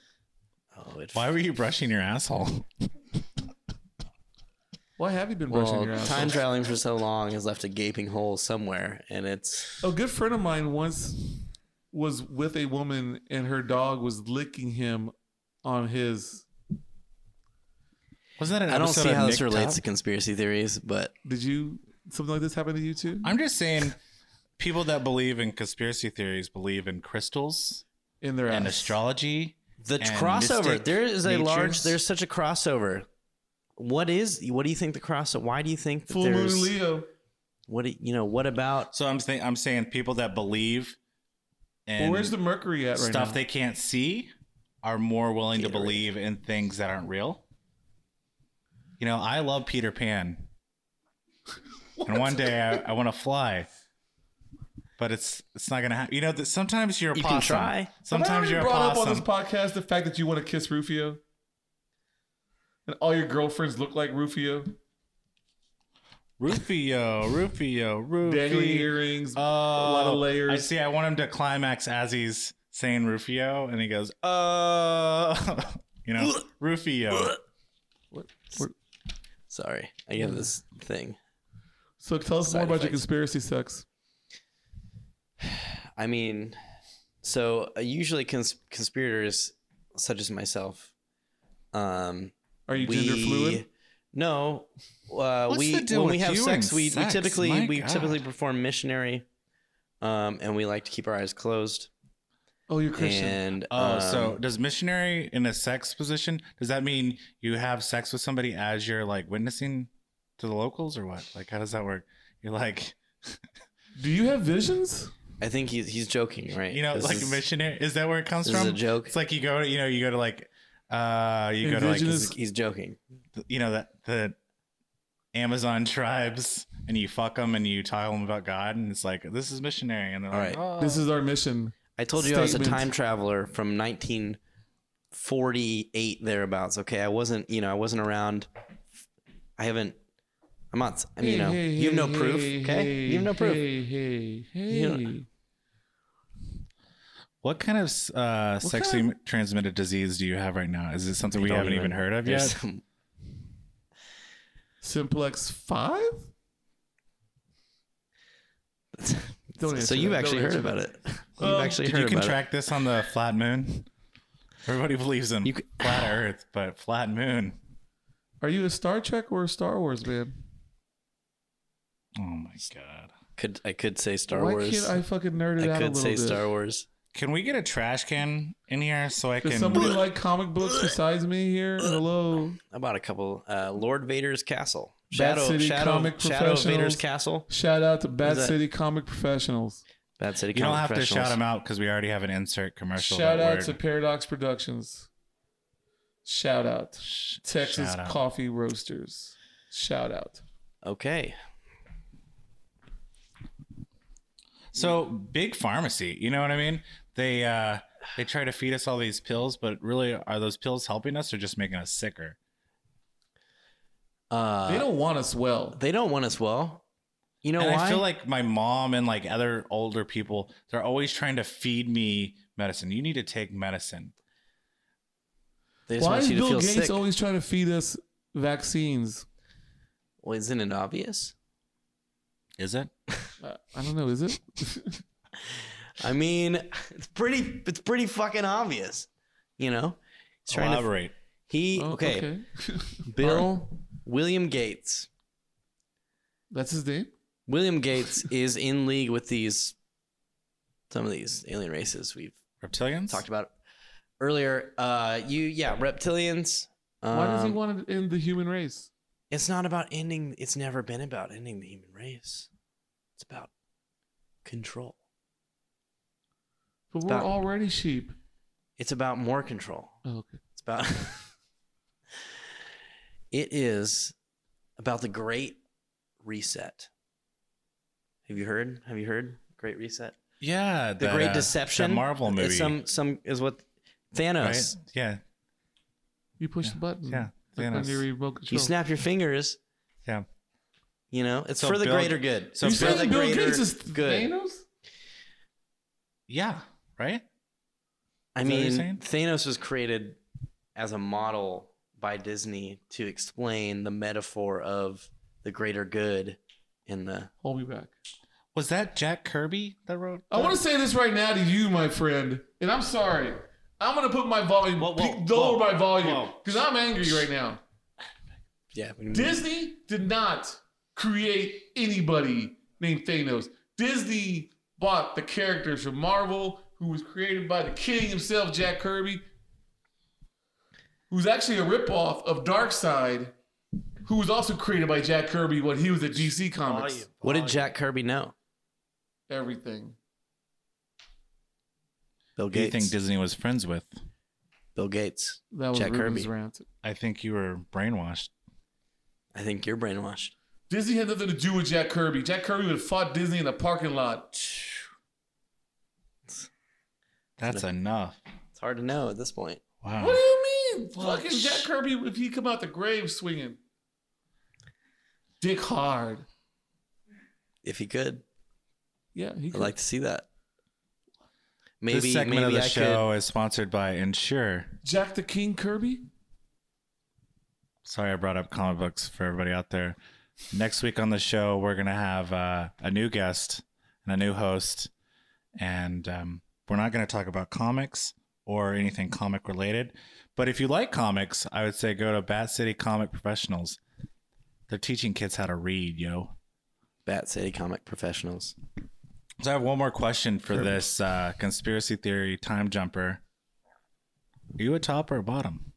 oh, it
Why were you brushing your asshole?
Why have you been brushing
Well,
your ass?
time traveling for so long has left a gaping hole somewhere, and it's
A good friend of mine once was with a woman and her dog was licking him on his.
Wasn't that an
I don't
episode
see
of
how
Nick
this relates to
Tuck?
conspiracy theories, but
Did you something like this happen to you too?
I'm just saying, people that believe in conspiracy theories believe in crystals
In their
and
ass.
astrology.
the
And
crossover.
mystic
There is a large.
natures?
There's such a crossover. What is? What do you think the crossover? Why do you think that
Full moon
there's?
in Leo.
What do- you know? What about?
So I'm saying, I'm saying people that believe in
Well, where's the Mercury at right
stuff
now?
they can't see are more willing
Gatorade.
to believe in things that aren't real. You know, I love Peter Pan. and one day I, I want to fly. But it's it's not gonna happen. You know that sometimes you're a
You can
possum.
try.
Have I
Sometimes
already
you're a
brought
possum.
up on this podcast the fact that you want to kiss Rufio, and all your girlfriends look like Rufio.
Rufio, Rufio,
Dangly
Rufio.
earrings.
Uh,
Oh,
lot of layers.
I see. I want him to climax as he's saying Rufio, and he goes, "Uh, you know,
Uh,
Rufio."
Sorry, I have this thing.
so tell us more
Side
about your
effects.
conspiracy sex.
I mean, so uh, usually cons- conspirators such as myself, um,
Are you gender fluid?
No, uh,
What's
we
the deal
when we
with
have
you
sex,
and
we,
sex?
we typically
My
we
God.
typically perform missionary, um, and we like to keep our eyes closed.
Oh, you're Christian.
And
Oh, so
um,
does missionary in a sex position? Does that mean you have sex with somebody as you're like witnessing to the locals, or what? Like, how does that work? You're like,
Do you have visions?
I think he's he's joking, right?
you know,
This
like
is-
missionary. Is that where it comes
This is
from?
a joke.
It's like you go, you know, you go to like, uh, you go to like,
Indigenous-
He's, he's joking.
th- you know, that the Amazon tribes, and you fuck them and you tell them about God, and it's like this is missionary, and they're
All
like,
right.
oh.
This is our mission.
I told you I was a
Statement.
time traveler from 1948 thereabouts. Okay, I wasn't. You know, I wasn't around. I haven't. I'm not. I mean, you know, you have no proof. okay, you have no proof.
Hey, hey, hey.
You
what kind of uh, sexually
kind
transmitted disease do you have right now? Is it something
I
we
don't
haven't even heard of
there's
yet?
some-
Simplex five? Don't answer
so you've
that.
actually
Don't
heard
answer
about
that.
it. You've
Um,
actually
Did
heard
you
about it.
contract this on the flat moon? Everybody believes in
You c-
flat Earth, but flat moon.
Are you a Star Trek or a Star Wars man?
Oh my god!
Could I could say Star
Why
Wars?
can't I fucking nerd it
I
out a
could
little
say
bit?
Star Wars.
Can we get a trash can in here so I
Does
can?
somebody like comic books besides me here? Hello,
I bought a couple. Uh, Lord Vader's castle. Shadow
City
Shadow
comic
Shadow of Vader's
professionals.
castle.
shout out to Bad
that?
City Comic Professionals.
Bad City
You don't
Comic
have to shout
Professionals.
them out because we already have an insert commercial.
Shout
that
out
word.
to Paradox Productions. Shout out.
Sh-
Texas
shout out.
Coffee Roasters. Shout out.
Okay.
So big pharmacy, you know what I mean? They uh they try to feed us all these pills, but really are those pills helping us or just making us sicker?
Uh,
They don't want us well.
they don't want us well. You know
and
why?
I feel like my mom and like other older people, they're always trying to feed me medicine. You need to take medicine.
they just
Why
want
is
you to
Bill
feel
Gates
sick.
always trying to feed us vaccines?
well, isn't it obvious?
Is it?
Uh, I don't know. Is it?
I mean, it's pretty. It's pretty fucking obvious. You know, he's trying to.
Elaborate.
He
Oh,
okay, Bill William Gates.
That's his name.
William Gates is in league with these some of these alien races we've
Reptilians?
talked about earlier. Uh, you yeah, reptilians.
Why does he
Um,
want to end the human race?
It's not about ending. It's never been about ending the human race. It's about control.
But we're
about-
already sheep.
It's about more control.
Oh, okay.
It's about. it is about the Great Reset. Have you heard? Have you heard Great Reset?
yeah.
The
that,
Great
uh,
Deception.
That Marvel
is
movie.
Some some is what
right?
Thanos.
Yeah.
You push
Yeah.
the button.
Mm.
Yeah.
Like on
Thanos.
your remote
You
control.
snap your fingers.
Yeah.
You know, it's
So
for the
Bill-
greater good.
so
You
Bill-
for the
saying Bill
greater
Gates is
good.
Thanos?
Yeah. Right?
I
Is that what you're
mean,
saying?
Thanos was created as a model by Disney to explain the metaphor of the greater good in the
Hold me back.
Was that Jack Kirby that wrote?
I want to say this right now to you, my friend, and I'm sorry. I'm gonna put my volume
Whoa, whoa,
pe- lower
whoa,
my volume
whoa.
because I'm angry right now.
yeah.
Disney did not create anybody named Thanos. Disney bought the characters from Marvel, who was created by the king himself, Jack Kirby, who's actually a ripoff of Darkseid, who was also created by Jack Kirby when he was at DC Comics.
What did Jack Kirby know?
Everything.
Bill
Do you
Gates.
think Disney was friends with?
Bill Gates.
That was
Jack
Ruben's
Kirby.
rant.
I think you were brainwashed.
I think you're brainwashed.
Disney had nothing to do with Jack Kirby. Jack Kirby would have fought Disney in a parking lot.
That's enough.
It's hard to know at this point.
Wow.
What do you mean?
Well,
Fucking Jack
sh-
Kirby, if he come out the grave swinging, dick hard.
If he could,
Yeah, he
I'd
could.
like to see that. Maybe
this segment
maybe
of the
I
show is sponsored by Insure.
Jack the King Kirby.
Sorry, I brought up comic books for everybody out there. Next week on the show, we're gonna have uh, a new guest and a new host, and um, we're not gonna talk about comics or anything comic related. But if you like comics, I would say go to Bat City Comic Professionals. They're teaching kids how to read, yo.
could Bat City comic professionals.
So I have one more question for this uh, conspiracy theory time jumper. Are you a top or a bottom?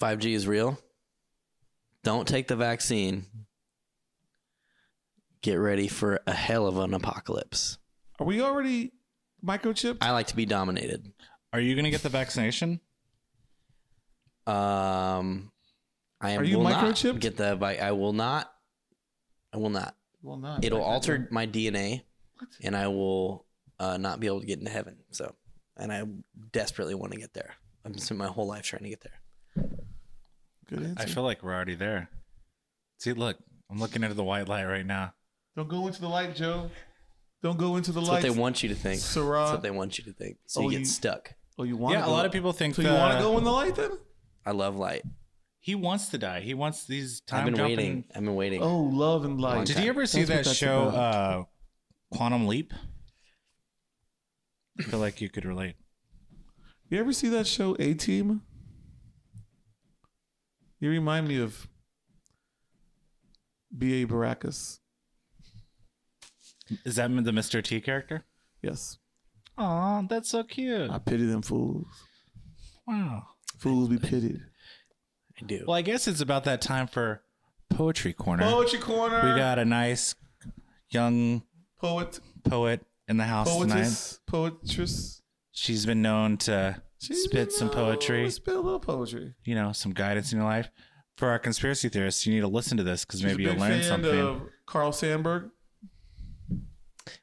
5G is real. Don't take the vaccine. Get ready for a hell of an apocalypse.
Are we already microchipped?
I like to be dominated.
Are you gonna get the vaccination?
Um, I am,
Are you
will
microchipped?
not get the. vi- I will not. I will not.
well, not.
It'll
Like,
alter my DNA, and I will uh, not be able to get into heaven. So, and I desperately want to get there. I've spent my whole life trying to get there.
Good answer.
I feel like we're already there. See, look, I'm looking into the white light right now.
Don't go into the light, Joe. Don't go into the
That's
light.
what they want you to think. That's
Syrah.
what they want you to think. So
Oh,
you get
you-
stuck.
oh, you want?
yeah, a lot of people think
So you
that-
want to go in the light then?
I love light.
he wants to die. He wants these time
I've been
jumping.
waiting. I've been waiting.
Oh, love and light.
Did you ever see
That's what
that
that's
show, uh,
about.
Quantum Leap? I feel like you could relate.
You ever see that show A Team? You remind me of B.A. Baracus.
Is that the Mr. T character?
Yes.
Aw, that's so cute.
I pity them fools.
Wow.
Fools be pitied.
I do.
Well, I guess it's about that time for Poetry Corner.
Poetry Corner.
We got a nice, young
Poet,
poet in the house tonight.
poetess, poetress.
She's been known to
She's
spit
been-
some
oh,
poetry,
Spit a little poetry.
you know, some guidance in your life. For our conspiracy theorists, you need to listen to this because
She's
maybe
a
you'll
big
learn
fan
something.
of Carl Sandburg.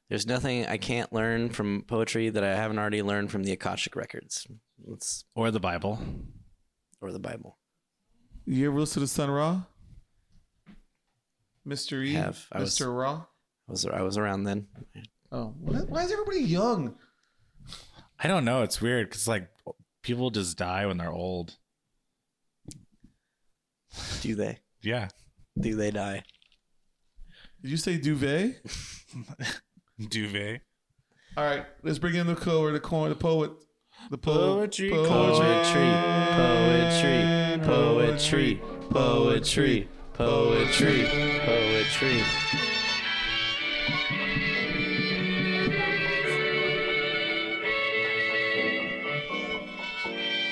There's nothing I can't learn from poetry that I haven't already learned from the Akashic records. Let's
Or the Bible.
or the Bible.
You ever listen to Sun Ra? Mr. E,
Have. I
Mr.
was-
Ra.
I was I was around then.
Oh, why, why is everybody young?
I don't know. It's weird because like people just die when they're old.
Do they?
Yeah.
Do they die?
Did you say duvet?
Duvet.
All right, let's bring in the co the coin, the poet, the po-
Poetry
Poetry, poetry, poetry, poetry, poetry, poetry.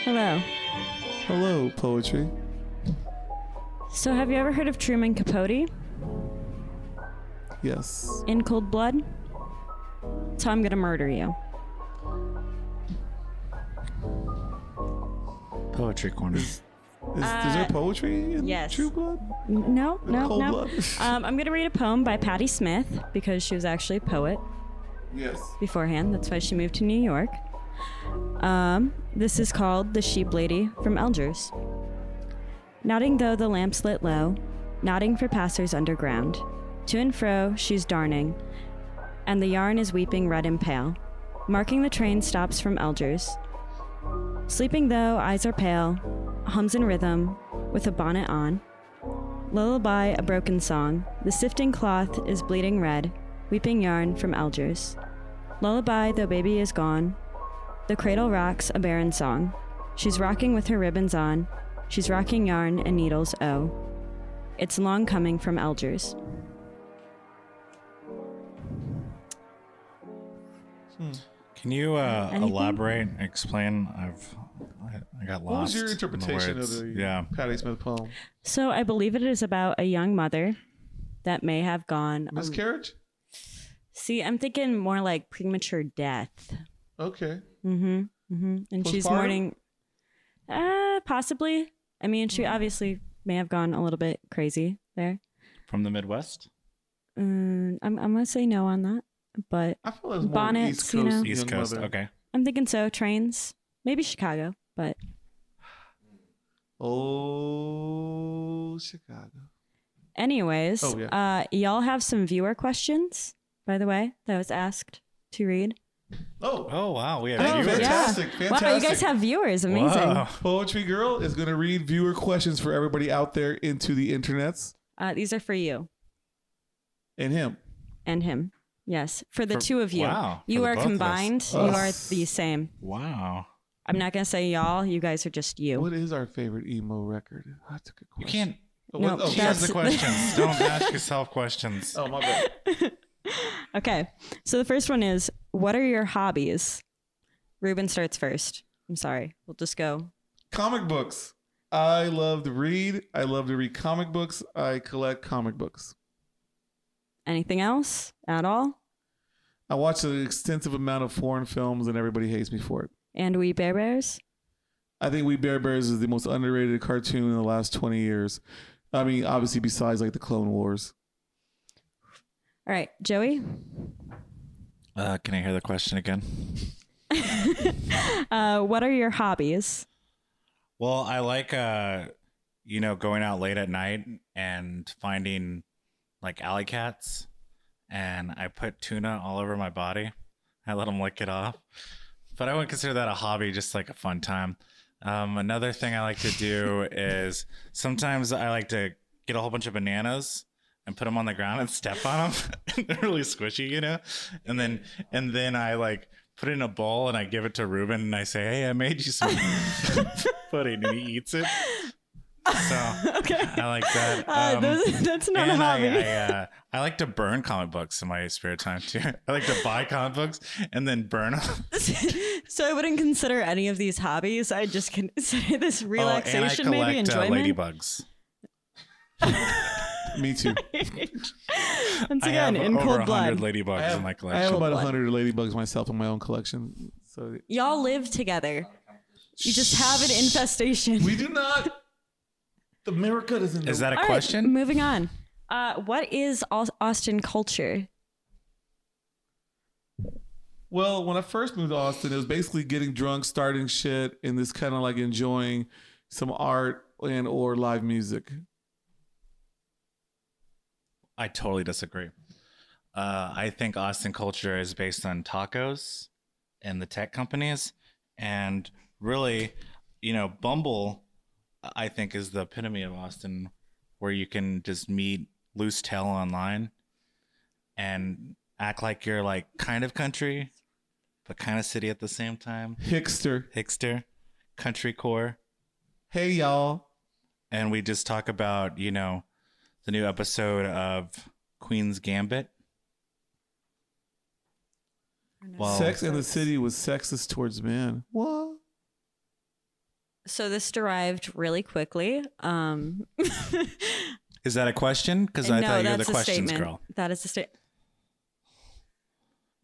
Hello.
Hello, poetry.
So, have you ever heard of Truman Capote
Yes.
in Cold Blood? So, I'm gonna murder you.
Poetry corner.
Is, is there
Uh,
poetry in
yes.
True Blood?
N- No,
In
no,
Cold
no.
Blood?
Um, I'm gonna read a poem by Patti Smith because she was actually a poet
Yes.
beforehand. That's why she moved to New York. Um, this is called The Sheep Lady from Algiers. Nodding though the lamps lit low, nodding for passers underground. To and fro she's darning, and the yarn is weeping red and pale, marking the train stops from Algiers. Sleeping though eyes are pale, hums in rhythm, with a bonnet on. Lullaby a broken song, the sifting cloth is bleeding red, weeping yarn from Algiers. Lullaby, though baby is gone. The cradle rocks a barren song. She's rocking with her ribbons on. She's rocking yarn and needles, oh. It's long coming from Algiers.
Can you uh,
Anything?
elaborate, explain? I've I, I got lost.
What was your
in the
interpretation of
words.
the
Yeah.
Patty Smith poem?
So I believe it is about a young mother that may have gone. um,
Miscarriage?
See, I'm thinking more like premature death.
Okay.
Mm-hmm. Mm-hmm. And she's
Postpartum?
mourning. Uh, possibly. I mean, she obviously may have gone a little bit crazy there.
From the Midwest?
Um, I'm, I'm gonna say no on that, but
I feel that's more
Bonnets,
East Coast.
you know.
young
East Coast.
mother.
Okay.
I'm thinking so. Trains, maybe Chicago, but
Oh, Chicago.
anyways,
Oh, yeah.
uh, y'all have some viewer questions, by the way, that was asked to read.
Oh,
Oh wow, we have
Oh,
viewers.
yeah. Fantastic,
Wow, you guys
fantastic.
have viewers. Amazing.
Whoa.
Poetry Girl is going to read viewer questions for everybody out there into the internets
Uh, these are for you
and him.
and him. Yes, for the
For-
two of you.
wow, for
you
the
are
both of us.
combined. You
Ugh.
are the same.
Wow.
I'm not gonna say y'all. You guys are just you.
What is our favorite emo record? Ah, That's a good
You
question.
can't
Oh,
No,
what- oh,
she
sorry.
has-
ask the questions. Don't ask yourself questions.
oh, my bad.
Okay, so the first one is what are your hobbies? Ruben starts first. I'm sorry. We'll just go.
comic books. I love to read. I love to read comic books. I collect comic books.
Anything else at all?
I watch an extensive amount of foreign films, and everybody hates me for it.
And we bear bears.
I think We Bear Bears is the most underrated cartoon in the last twenty years. I mean, obviously, besides like the Clone Wars.
All right, Joey.
Uh, can I hear the question again?
Uh, what are your hobbies?
Well, I like uh, you know, going out late at night and finding like alley cats, and I put tuna all over my body. I let them lick it off, but I wouldn't consider that a hobby, just like a fun time. Um, another thing I like to do is sometimes I like to get a whole bunch of bananas and put them on the ground and step on them. They're really squishy, you know. And then and then I like put it in a bowl and I give it to Ruben and I say, "Hey, I made you some pudding," and he eats it. So
Okay.
I like that.
Uh,
Um,
those, that's not a
and
hobby.
I, I, uh, I like to burn comic books in my spare time too. I like to buy comic books and then burn them.
so I wouldn't consider any of these hobbies. I just consider this relaxation,
oh, and I
maybe
collect,
enjoyment.
Uh, ladybugs.
Me too.
Once
I
again,
have over
in cold
a hundred
blood.
I
ladybugs
have,
in my
I have
collection.
about
Blood.
100 ladybugs myself in my own collection. So
Y'all live together. You just have an infestation.
we do not. America doesn't.
Is
know-
that a
All right,
question?
moving on. Uh, what is Aus- Austin culture?
Well, when I first moved to Austin, it was basically getting drunk, starting shit, and this kind of like enjoying some art and or live music.
I totally disagree. Uh, I think Austin culture is based on tacos and the tech companies, and really, you know, Bumble, I think, is the epitome of Austin, where you can just meet loose tail online and act like you're like kind of country, but kind of city at the same time,
Hickster.
hipster, country core,
Hey y'all.
and we just talk about you know the new episode of Queen's Gambit. Well,
Sex in the City was sexist towards men. What?
So this derived really quickly. Um,
Is that a question? Because I
Uh, no,
thought you were the
that's a
questions
statement.
girl.
That is a statement.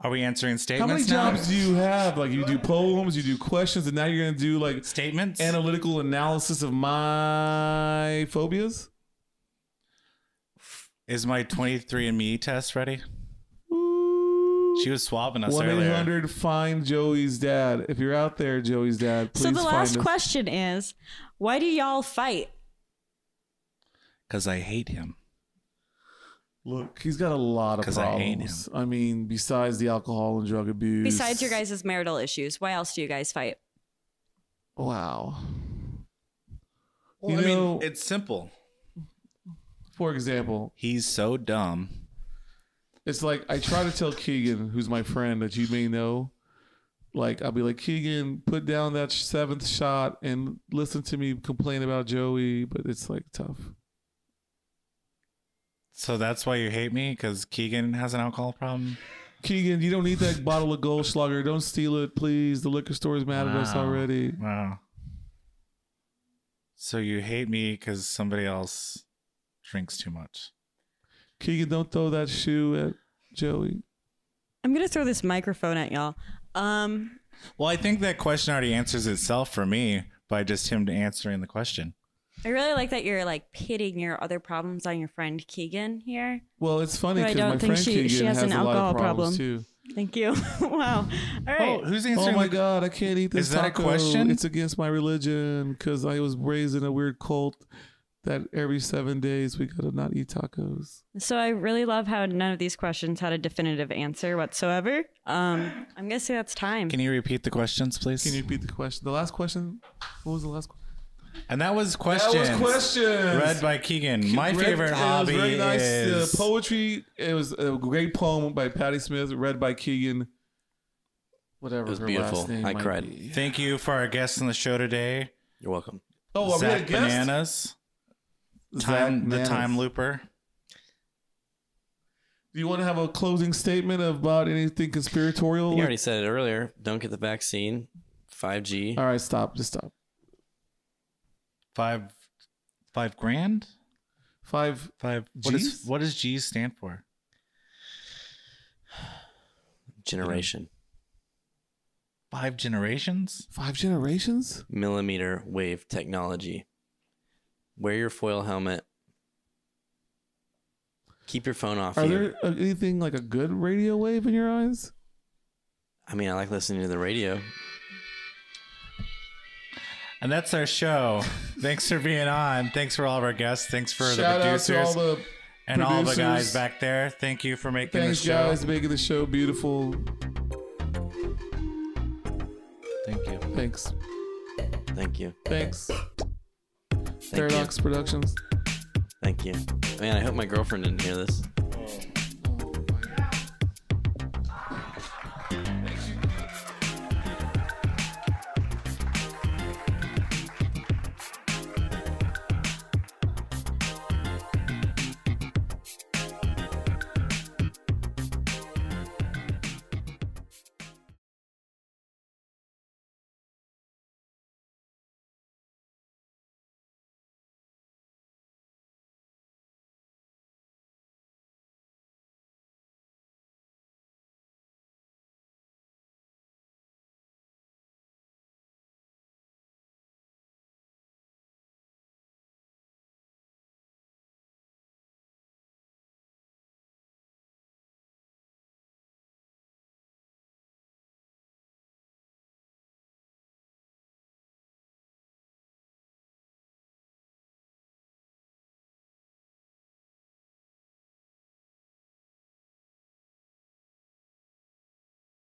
Are we answering
How many
statements now?
jobs do you have? Like you do poems, you do questions, and now you're gonna do like
statements?
analytical analysis of my phobias.
Is my 23andMe test ready? She was swabbing us
One eight
earlier.
hundred find Joey's dad. If you're out there, Joey's dad, please
So the
find
last
us.
question is, why do y'all fight?
Because I hate him.
Look, he's got a lot of
'Cause
problems.
I
I,
hate
mean, besides the alcohol and drug abuse.
Besides your guys' marital issues, why else do you guys fight?
Wow.
Well,
You
I
know-
mean, it's simple.
For example,
He's so dumb.
it's like I try to tell Keegan, who's my friend that you may know, like I'll be like, Keegan, put down that sh- seventh shot and listen to me complain about Joey, but it's like tough.
So that's why you hate me? Because Keegan has an alcohol problem?
Keegan, you don't need that bottle of Goldschlager. Don't steal it, please. The liquor store is mad at us
Wow.
already.
Wow. So you hate me because somebody else drinks too much.
Keegan, don't throw that shoe at Joey.
I'm gonna throw this microphone at y'all. Um,
Well, I think that question already answers itself for me by just him answering the question.
I really like that you're like pitting your other problems on your friend Keegan here.
Well, it's funny
But I
because
don't
my
think
friend
she-
Keegan
she has
has,
an
a lot
alcohol
of problems
problem.
too.
Thank you. wow. All right.
Oh, who's
Oh
answering
my
the
god, I can't eat this.
Is that a
taco.
question?
It's against my religion because I was raised in a weird cult that every seven days we gotta not eat tacos.
So I really love how none of these questions had a definitive answer whatsoever. Um, I'm gonna say that's time.
Can you repeat the questions, please?
Can you repeat the question? The last question. What was the last? question?
and that was questions.
questions.
Read by Keegan. My
Read-
favorite
it was
hobby
very nice, uh,
is
poetry. It was a great poem by Patti Smith, read by Keegan. Whatever.
It was
her
beautiful.
last name
I
might
cried.
be.
Thank you for our guest on the show today,
You're welcome.
Oh, are we
Zach
a guest?
Bananas,
Zach
time
Bananas.
the time looper.
Do you want to have a closing statement about anything conspiratorial?
You already said it earlier. Don't get the vaccine. 5G.
All right, stop. Just stop.
Five, five grand.
Five.
Five. What is
G's?
what does G stand for?
generation.
Five generations.
Five generations?
Millimeter wave technology. Wear your foil helmet. Keep your phone off
Are
you.
there uh, anything like a good radio wave in your eyes?
I mean, I like listening to the radio.
And that's our show. Thanks for being on. Thanks for all of our guests. Thanks for
Shout
the
out to
producers
all the
and all the guys
producers.
back there. Thank you for making
thanks
this show.
guys making the show beautiful.
Thank you.
Thanks.
Thank you.
Thanks.
Thank
Paradox Productions.
you. Thank you. Man, I hope my girlfriend didn't hear this.